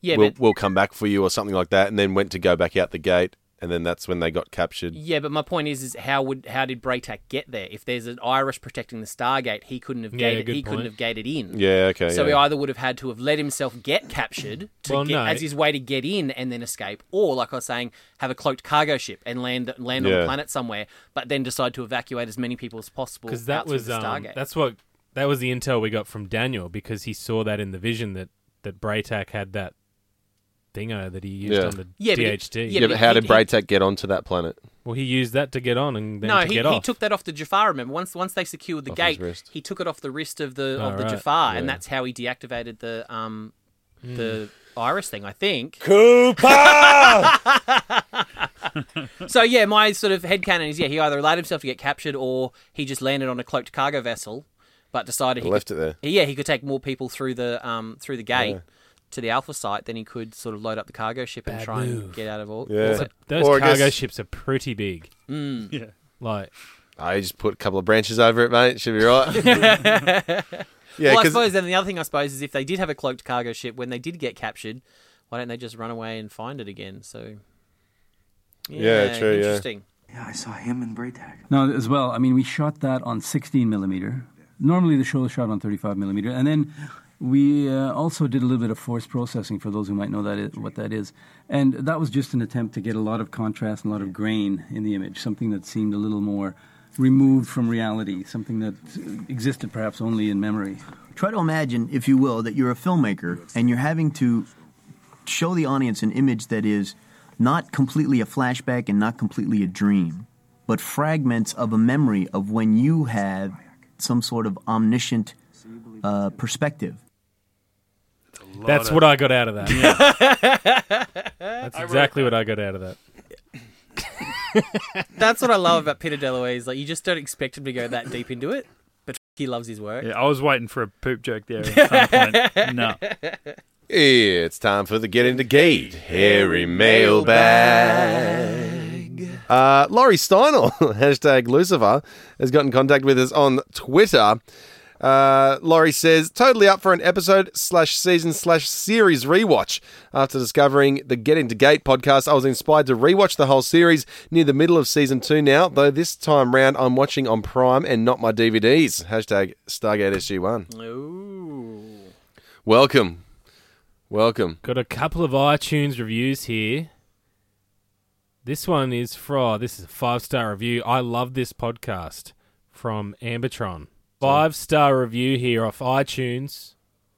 S1: yeah,
S2: we'll,
S1: but
S2: we'll come back for you or something like that and then went to go back out the gate and then that's when they got captured
S1: yeah, but my point is, is how would how did Braytak get there? If there's an Irish protecting the Stargate, he couldn't have
S4: Yeah,
S1: gated.
S4: good
S1: He couldn't
S4: point.
S1: have gated in.
S2: yeah okay
S1: So he
S2: yeah.
S1: either would have had to have let himself get captured to
S4: Well,
S1: get,
S4: no.
S1: as his way to get in and then escape, or like I was saying, have a cloaked cargo ship and land land on the
S2: Yeah.
S1: planet somewhere, but then decide to evacuate as many people as possible
S4: because
S1: out
S4: that
S1: through
S4: was
S1: the
S4: um,
S1: Stargate.
S4: that's what that was the intel we got from Daniel because he saw that in the vision that that Braytak had that thingo that he used
S2: Yeah.
S4: on the
S1: Yeah, but it-
S4: DHD.
S1: yeah,
S2: yeah, but how
S1: he-
S2: did
S1: he-
S2: Braytek get onto that planet?
S4: Well, he used that to get on and then
S1: no,
S4: to
S1: he,
S4: get
S1: he
S4: off.
S1: took that off the Jafar. Remember, once once they secured the
S2: Off his
S1: gate,
S2: wrist.
S1: he took it off the wrist of the
S4: Oh,
S1: of the
S4: right.
S1: Jafar, and that's how he deactivated the um the iris thing, I think. So yeah, my sort of headcanon is yeah, he either allowed himself to get captured or he just landed on a cloaked cargo vessel, but decided he
S2: Left
S1: could,
S2: it there.
S1: Yeah, he could take more people through the um through the gate to the Alpha site than he could sort of load up the cargo ship and try and get out of all.
S2: Yeah.
S1: all
S4: Those
S2: Or I
S4: cargo
S2: guess-
S4: ships are pretty big.
S1: Mm.
S3: Yeah.
S4: Like
S2: I just put a couple of branches over it, mate. Should be right. yeah,
S1: well, I
S2: because
S1: suppose then the other thing I suppose is if they did have a cloaked cargo ship when they did get captured, why don't they just run away and find it again? So
S2: Yeah, true, yeah.
S1: Interesting.
S5: Yeah, I saw him in Braytag.
S11: No, as well. I mean, we shot that on 16 millimeter. Normally, the show is shot on 35 millimeter, and then we uh, also did a little bit of force processing for those who might know that is, what that is. And that was just an attempt to get a lot of contrast and a lot of grain in the image, something that seemed a little more removed from reality, something that uh, existed perhaps only in memory.
S12: Try to imagine, if you will, that you're a filmmaker and you're having to show the audience an image that is not completely a flashback and not completely a dream, but fragments of a memory of when you had some sort of omniscient uh, perspective.
S4: That's
S12: of-
S4: what I got out of that. That's
S1: I wrote
S4: exactly what I got out of that.
S1: That's what I love about Peter DeLuise. Like you just don't expect him to go that deep into it, but he loves his work.
S3: Yeah, I was waiting for a poop joke there at some point. No.
S2: It's time for the Get Into Gate Hairy Mailbag. Uh, Laurie Steinel, hashtag Lucifer, has got in contact with us on Twitter. Uh, Laurie says, totally up for an episode slash season slash series rewatch. After discovering the Get Into Gate podcast, I was inspired to rewatch the whole series near the middle of season two now, though this time round I'm watching on Prime and not my DVDs. Hashtag Stargate SG1.
S1: Ooh.
S2: Welcome. Welcome.
S4: Got a couple of iTunes reviews here. This one is from, this is a five star review. I love this podcast from Ambertron. Five star review here off iTunes.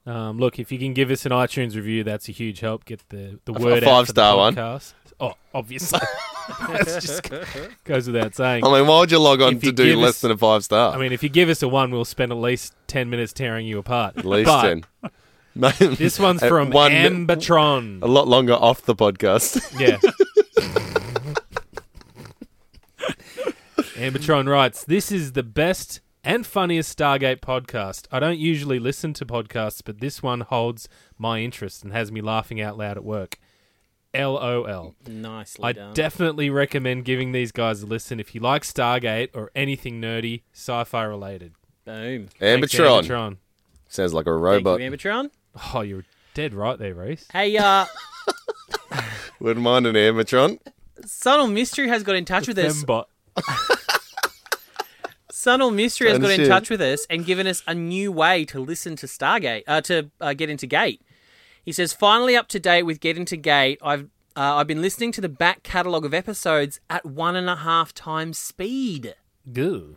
S4: Um, look, if you can give us an iTunes review, that's a huge help. Get the, the
S2: A- a
S4: word out. for the
S2: five-star one.
S4: podcast. Oh, obviously. That's just goes without saying.
S2: I mean, why would you log on
S4: If
S2: to
S4: you
S2: do
S4: give
S2: less
S4: us-
S2: than a five star?
S4: I mean, if you give us a one, we'll spend at least 10 minutes tearing you apart.
S2: at least
S4: But
S2: ten. No,
S4: This one's
S2: at
S4: from
S2: one-
S4: Ambertron.
S2: A lot longer off the podcast.
S4: Yeah. Ambertron writes, This is the best and funniest Stargate podcast. I don't usually listen to podcasts, but this one holds my interest and has me laughing out loud at work. LOL.
S1: Nicely
S4: I
S1: done.
S4: definitely recommend giving these guys a listen if you like Stargate or anything nerdy, sci fi related.
S1: Boom.
S4: Thanks,
S2: Ambertron.
S4: Ambertron.
S2: Sounds like a
S1: Thank you,
S2: robot.
S1: Ambertron.
S4: Oh, you're dead right there, Reese.
S1: Hey, uh,
S2: Wouldn't mind an Ambertron.
S1: Subtle Mystery has got in touch with us.
S4: Fembot.
S1: Subtle Mystery has
S2: Turn
S1: got in
S2: shit.
S1: touch with us and given us a new way to listen to Stargate, uh, to uh, get into Gate. He says, finally up to date with Get Into Gate. I've uh, I've been listening to the back catalogue of episodes at one and a half times speed.
S4: Goo.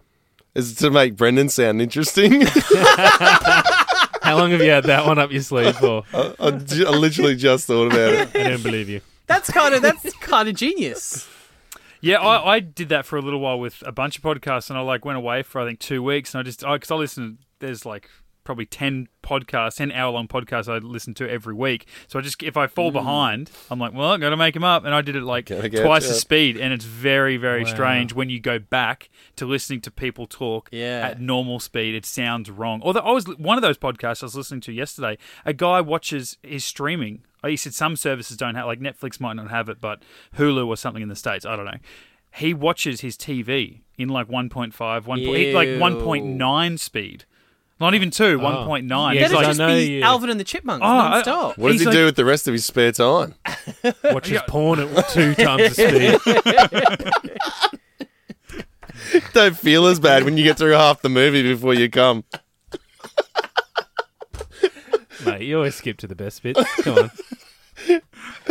S2: Is it to make Brendan sound interesting?
S4: How long have you had that one up your sleeve for?
S2: I, I ju- I literally just thought about it.
S4: I don't believe you.
S1: That's kind of that's kind of genius.
S3: Yeah, I, I did that for a little while with a bunch of podcasts, and I like went away for I think two weeks, and I just because I, listen, there's like probably ten podcasts, ten hour long podcasts I listen to every week. So I just if I fall behind, I'm like, well, I got to make them up, and I did it like
S2: Gotta catch
S3: twice the
S2: up.
S3: speed, and it's very very
S4: Wow.
S3: strange when you go back to listening to people talk
S1: Yeah.
S3: at normal speed. It sounds wrong. Although I was one of those podcasts I was listening to yesterday. A guy watches his streaming. Oh, He said some services don't have, like Netflix might not have it, but Hulu or something in the states. I don't know. He watches his TV in like 1.5, 1. he- like
S1: Ew.
S3: 1.9 speed, not even two, 1.9. He's
S4: Yeah,
S1: That'd
S4: I
S3: like,
S1: just
S4: know
S1: be
S4: you-
S1: Alvin and the Chipmunks
S3: Oh, I-
S1: non-stop.
S2: What does
S3: He's
S2: he
S3: like-
S2: do with the rest of his spare time?
S4: Watches porn at two times the speed.
S2: Don't feel as bad when you get through half the movie before you come.
S4: Mate, you always skip to the best bit. Come on.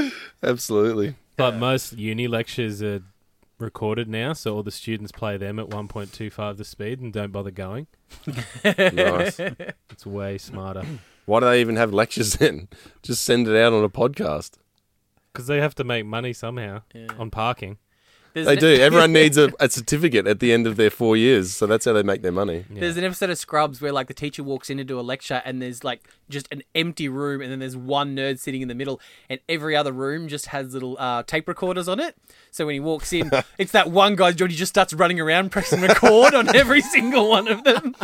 S2: Absolutely.
S4: But most uni lectures are recorded now, so all the students play them at 1.25 the speed and don't bother going.
S2: Nice.
S4: It's way smarter.
S2: Why do they even have lectures then? Just send it out on a podcast.
S4: Because they have to make money somehow on parking.
S1: There's
S2: They
S1: an-
S2: do. Everyone needs a, a certificate at the end of their four years, so that's how they make their money.
S1: There's an episode of Scrubs where like the teacher walks in to do a lecture and there's like just an empty room and then there's one nerd sitting in the middle and every other room just has little uh, tape recorders on it. So when he walks in, it's that one guy Geordie just starts running around pressing record on every single one of them.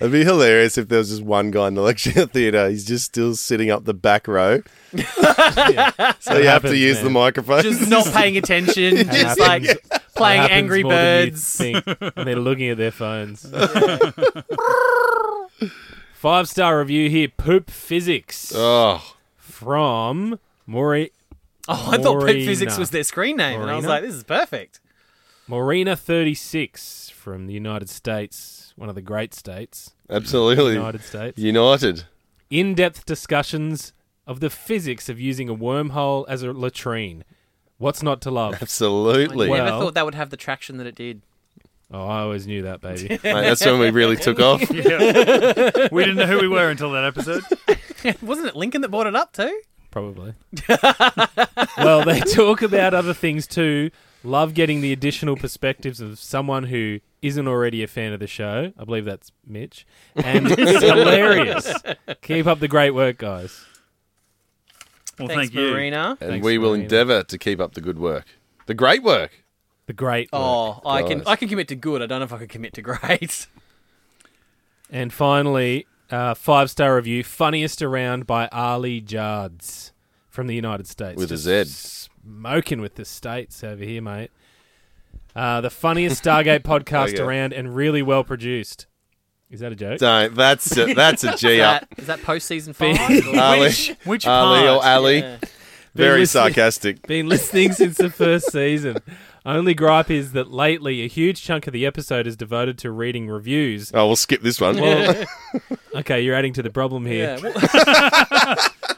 S2: It'd be hilarious if there was just one guy in the lecture theatre. He's just still sitting up the back row. so you have to
S4: happens,
S2: use
S4: man.
S2: the microphone.
S1: Just not paying attention, just
S4: happens.
S1: like playing
S4: Happens
S1: Angry
S4: more than you'd
S1: Birds.
S4: think. and they're looking at their phones. Five star review here Poop Physics.
S2: oh,
S4: from Maury.
S1: Oh, I thought Pet Physics was their screen name, and I was
S4: Maurina?
S1: like, this is perfect.
S4: Morena 36 from the United States, one of the great states.
S2: Absolutely.
S4: United States.
S2: United.
S4: In depth discussions of the physics of using a wormhole as a latrine. What's not to love?
S2: Absolutely.
S1: I never thought that would have the traction that it did.
S4: Oh, I always knew that, baby. Mate,
S2: that's when we really took off.
S3: Yeah. we didn't know who we were until that episode.
S1: Wasn't it Lincoln that brought it up too?
S4: Probably. well, they talk about other things too. Love getting the additional perspectives of someone who isn't already a fan of the show. I believe that's Mitch. And it's hilarious. Keep up the great work, guys.
S3: Well,
S1: Thanks,
S3: thank you.
S1: Marina.
S2: And
S4: Thanks,
S2: we will
S4: Marina.
S2: endeavour to keep up the good work. The great work.
S4: The great work.
S1: Oh, I can
S2: Guys.
S1: I can commit to good. I don't know if I can commit to great.
S4: And finally, uh, five star review funniest around by Ali Jards from the United States.
S2: With a
S4: Just
S2: Z.
S4: Smoking with the States over here, mate. Uh, the funniest Stargate podcast
S2: Okay.
S4: around and really well produced. Is that a joke?
S2: Don't. That's a, that's a G
S1: Is that,
S2: up.
S1: is that post season five? Or-
S2: Ali.
S3: which
S2: Ali or
S3: part?
S2: Ali.
S1: Yeah.
S2: Very
S4: listening-
S2: sarcastic.
S4: Been listening since the first season. Only gripe is that lately a huge chunk of the episode is devoted to reading reviews.
S2: Oh, we'll skip this one.
S4: Well, okay, you're adding to the problem
S1: Yeah,
S4: here.
S1: well,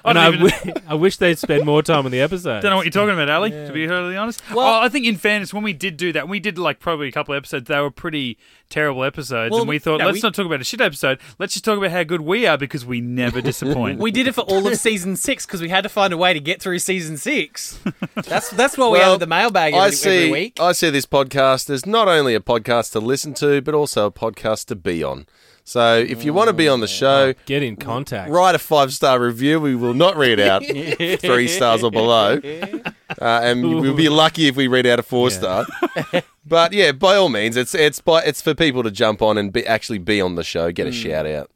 S4: and I,
S3: I don't even-
S4: wi- I wish they'd spend more time on the episode.
S3: Don't know what you're talking about, Ali. To be totally honest,
S1: Well-
S3: well, I think in fairness, when we did do that, we did like probably a couple of episodes. They were pretty terrible episodes,
S1: Well,
S3: and we thought,
S1: no,
S3: let's
S1: we-
S3: not talk about a shit episode. Let's just talk about how good we are because we never disappoint.
S1: we did it for all of season six because we had to find a way to get through season six. That's that's why Oh, we
S2: Well,
S1: added the mailbag every,
S2: I see,
S1: every week.
S2: I see this podcast as not only a podcast to listen to, but also a podcast to be on. So if you want to be
S1: Oh,
S2: on the show,
S4: Get in contact.
S2: write a five star review. We will not read out three stars or below. Uh, and we'll be lucky if we read out a four star. but yeah, by all means, it's it's by, it's for people to jump on and be, actually be on the show,
S1: Mm.
S2: get a shout out.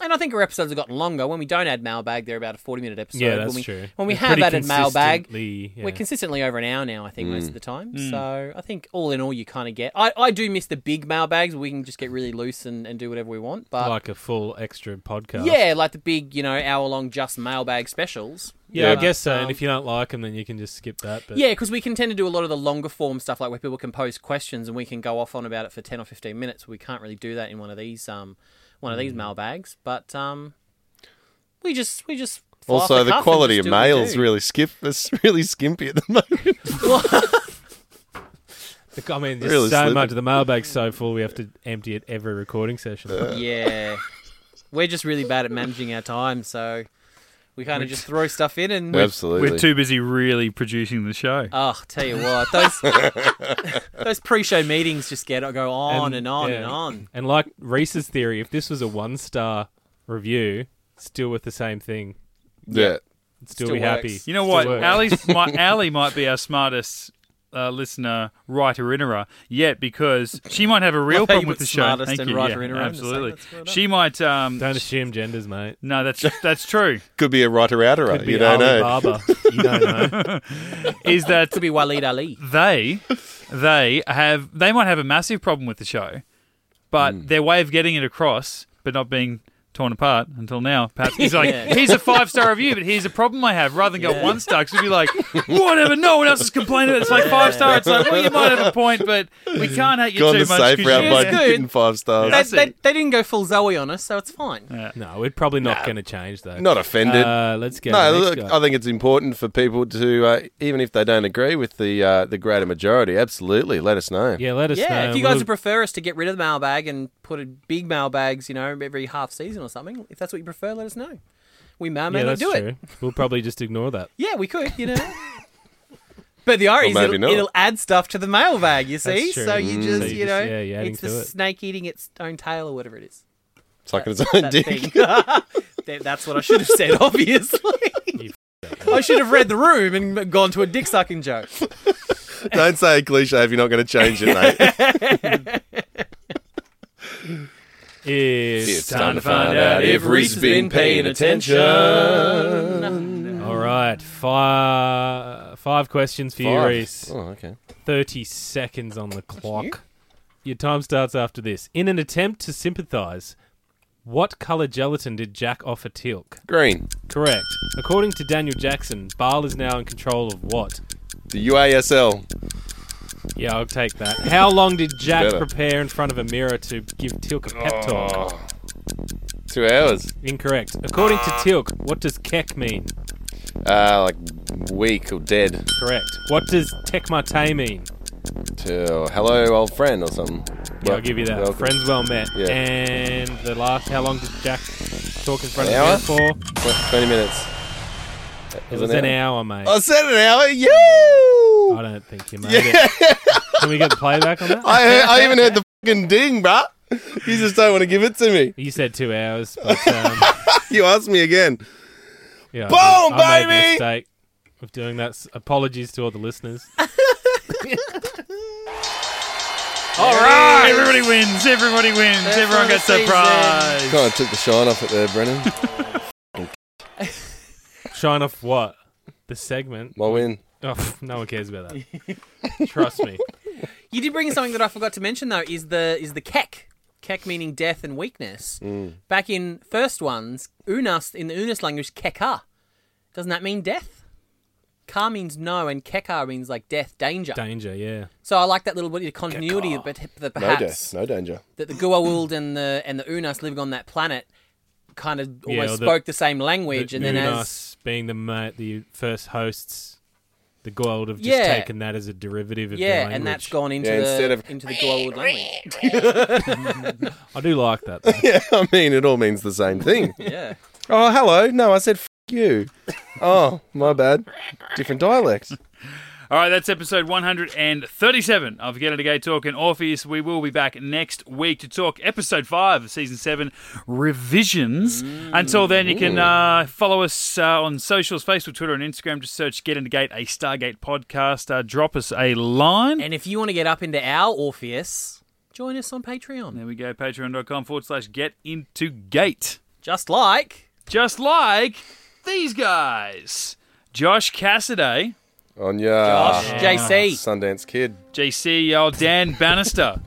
S1: And I think our episodes have gotten longer. When we don't add mailbag, they're about a forty-minute episode.
S4: Yeah, that's
S1: when we,
S4: true.
S1: When we
S4: They're
S1: have
S4: pretty
S1: added mailbag,
S4: consistently- yeah.
S1: we're consistently over an hour now. I
S2: Mm.
S1: think most of the time. So I think all in all, you kind of get. I, I do miss the big mailbags. where We can just get really loose and, and do whatever we want. But
S4: like a full extra podcast.
S1: yeah, like the big you know hour long just mailbag specials.
S4: Yeah, I
S1: But,
S4: guess so.
S1: um,
S4: and if you don't like them, then you can just skip that. But
S1: Yeah, because we can tend to do a lot of the longer form stuff, like where people can post questions and we can go off on about it for ten or fifteen minutes. We can't really do that in one of these um, one
S4: Mm.
S1: of these mailbags, but um, we just we just fly off
S2: Also, the,
S1: cuff and
S2: quality
S1: just do
S2: of
S1: what we
S2: mail's
S1: do.
S2: really skip, it's really skimpy at the moment.
S4: The- I mean, there's
S2: Really
S4: so
S2: slippery.
S4: much. The mailbag's so full, we have to empty it every recording session.
S1: yeah. We're just really bad at managing our time, so we kind of just throw stuff in and
S2: Absolutely.
S3: We're too busy really producing the show.
S1: oh, tell you what, those those pre-show meetings just get go on and, on
S4: yeah.
S1: and on.
S4: And like Reese's theory, if this was a one star review, still with the same thing,
S2: yeah.
S4: I'd still,
S1: Still
S4: be happy.
S1: works.
S3: You know
S4: Still
S3: what?
S4: works.
S3: Ali's, my, Ali might be our smartest uh, listener, writer, innerer yet because she might have a real
S1: Well,
S3: problem
S1: you
S3: with
S1: put
S3: the show.
S1: smartest
S3: Thank
S1: and
S3: you.
S1: writer,
S3: yeah,
S1: innerer in the same.
S3: absolutely.
S1: That's well done.
S3: She might. Um,
S4: Don't assume genders, mate.
S3: no, that's that's true.
S2: Could be a writer outer.
S4: Could be
S2: You don't know.
S4: Alibaba. you don't know.
S3: Is that
S1: Could be Waleed Ali.
S3: they they have they might have a massive problem with the show, but
S2: Hmm.
S3: their way of getting it across, but not being torn apart until now, perhaps is like
S1: Yeah.
S3: here's a five star review, but here's a problem I have. Rather than go one star, because we'd be like whatever, no one else is complaining. It's like five star. It's like well, you might have a point, but we can't hate you
S2: Gone
S3: too
S2: the
S3: much.
S2: safe
S3: 'cause
S2: route
S3: you-
S2: by
S1: It's good.
S2: getting five stars.
S1: They,
S3: That's
S1: they,
S3: it.
S1: they didn't go full Zoe on us, so it's fine.
S4: No, we're probably not going to change that.
S2: Not offended.
S4: Uh, let's go.
S2: no,
S4: to the next
S2: look,
S4: guy.
S2: I think it's important for people to, uh, even if they don't agree with the uh, the greater majority, absolutely let us know.
S4: yeah, let us know.
S1: yeah, if
S4: and
S1: you guys
S4: we'll-
S1: would prefer us to get rid of the mailbag and put in big mailbags, you know, every half season or something, if that's what you prefer, let us know. We may or may
S4: yeah,
S1: not
S4: that's
S1: do
S4: true.
S1: it.
S4: We'll probably just ignore that.
S1: Yeah, we could, you know. but the irony
S2: Or
S1: is
S2: maybe
S1: it'll,
S2: not.
S1: it'll add stuff to the mailbag, you see?
S4: That's true.
S1: So you
S4: Mm.
S1: just,
S4: So you
S1: you
S4: just-
S1: know,
S4: yeah, you're adding
S1: it's the
S4: to it.
S1: snake eating its own tail or whatever it is.
S2: Sucking its own
S1: That
S2: dick.
S1: thing. That- that's what I should have said, obviously. I should have read the room and gone to a dick sucking joke.
S2: don't say a cliche if you're not going to change it, mate.
S4: It's,
S2: time to find out if Reese has been paying
S4: All right, five five questions for you, Reese.
S2: Oh, okay.
S4: 30 seconds on the clock. Your time starts after this. In an attempt to sympathize, What color gelatin did Jack offer Tilk?
S2: Green.
S4: Correct. According to Daniel Jackson, Baal is now in control of what?
S2: The UASL.
S4: Yeah, I'll take that. How long did Jack
S2: Better.
S4: prepare in front of a mirror to give Tilk a pep talk?
S2: Oh. Two hours.
S4: Incorrect. According
S2: Ah.
S4: to Tilk, what does kek mean?
S2: Uh, like weak or dead.
S4: Correct. What does tekmate mean?
S2: To hello, old friend, or something.
S4: Yeah, I'll give you that.
S2: Welcome.
S4: Friends well met.
S2: Yeah.
S4: And the last, how long did Jack talk in front
S2: An hour?
S4: of the mirror for?
S2: Tw- 20 minutes.
S4: It was an hour, mate.
S2: I said an hour. You.
S4: I don't think you made it. Can we get the playback on that?
S2: I, heard, I even heard the fucking ding, bruh. You just don't want to give it to me.
S4: You said two hours. But, um,
S2: You asked me again.
S4: yeah, I
S2: Boom,
S4: did- I made the
S2: baby!
S4: mistake of doing that. S- Apologies to all the listeners.
S3: All right, everybody wins. Everybody wins.
S1: That's
S3: Everyone
S1: for the
S3: gets a
S1: season.
S3: prize.
S2: Kind of took the shine off it there, Brennan.
S4: Shine off what? The segment.
S2: My win.
S4: Oh, pff, no one cares about that. Trust me.
S1: You did bring something that I forgot to mention though. Is the is the kek kek meaning death and weakness.
S2: Mm.
S1: Back in first ones, unas in the unas language, keka. Doesn't that mean death? Ka means no, and keka means like death, danger.
S4: Danger, yeah.
S1: So I like that little bit of continuity, but that
S2: No
S1: perhaps
S2: death, no danger.
S1: that the Gua'uld and the and the Unas living on that planet kind of
S4: Yeah,
S1: almost
S4: or the-
S1: spoke the same language,
S4: The
S1: and then as
S4: Unas being the ma- the first hosts, the gold have just
S1: Yeah.
S4: taken that as a derivative of their
S1: yeah,
S4: language.
S1: and that's gone into
S2: Yeah, instead
S1: the
S2: of-
S1: into the Gua'uld language.
S4: I do like that. Though.
S2: Yeah, I mean, it all means the same thing.
S1: yeah.
S2: Oh, hello. No, I said f you. Oh, my bad. Different dialect.
S3: All right, that's episode 137 of Get It A Gay Talk and Orpheus. We will be back next week to talk episode 5 of season 7 revisions. Until then, you can uh, follow us uh, on socials Facebook, Twitter, and Instagram. Just search Get Into Gate, a Stargate podcast. Uh, drop us a line.
S1: And if you want to get up into our Orpheus, join us on Patreon.
S3: There we go, patreon.com forward slash get into gate.
S1: Just like
S3: Just like these guys Josh Cassidy,
S2: On
S1: Josh,
S2: your
S1: JC,
S2: Sundance Kid.
S3: JC, old E Dan Bannister,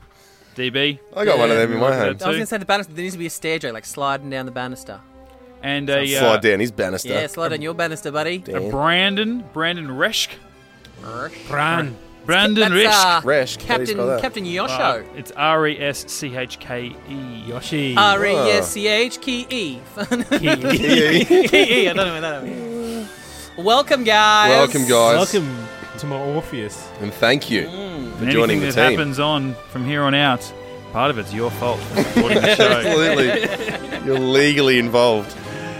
S3: DB.
S2: I got one of them in my
S1: I
S2: home.
S1: was going to say the banister. There needs to be a stair joke, like sliding down the banister.
S3: And a, uh,
S2: Slide down his banister.
S1: Yeah, slide down your banister, buddy.
S3: a Brandon, Brandon Reschk.
S4: Bran.
S3: Brandon
S1: That's,
S3: Reschk.
S1: uh,
S2: Resh, how do you
S1: Captain
S2: spell that?
S1: Captain
S3: Uh,
S1: Yosho.
S3: it's R E S C H K E.
S4: Yoshi.
S1: R e s c h k e. K e. I don't know what that means. Welcome, guys.
S2: Welcome, Mm. guys.
S4: Welcome to my Orpheus.
S2: And thank you for
S3: And
S2: joining
S3: anything
S2: the
S3: that
S2: team.
S3: happens on from here on out, part of it's your fault for supporting the show.
S2: Absolutely. You're legally involved.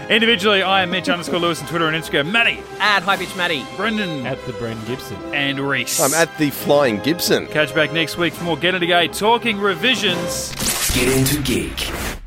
S3: Individually, I am Mitch underscore Lewis on Twitter and Instagram. Matty,
S1: Add High Pitch Maddie.
S3: Brendan,
S4: At the Bren Gibson.
S3: and Reese.
S2: I'm at the Flying Gibson.
S3: Catch you back next week for more Get It Again talking revisions.
S8: Get into geek.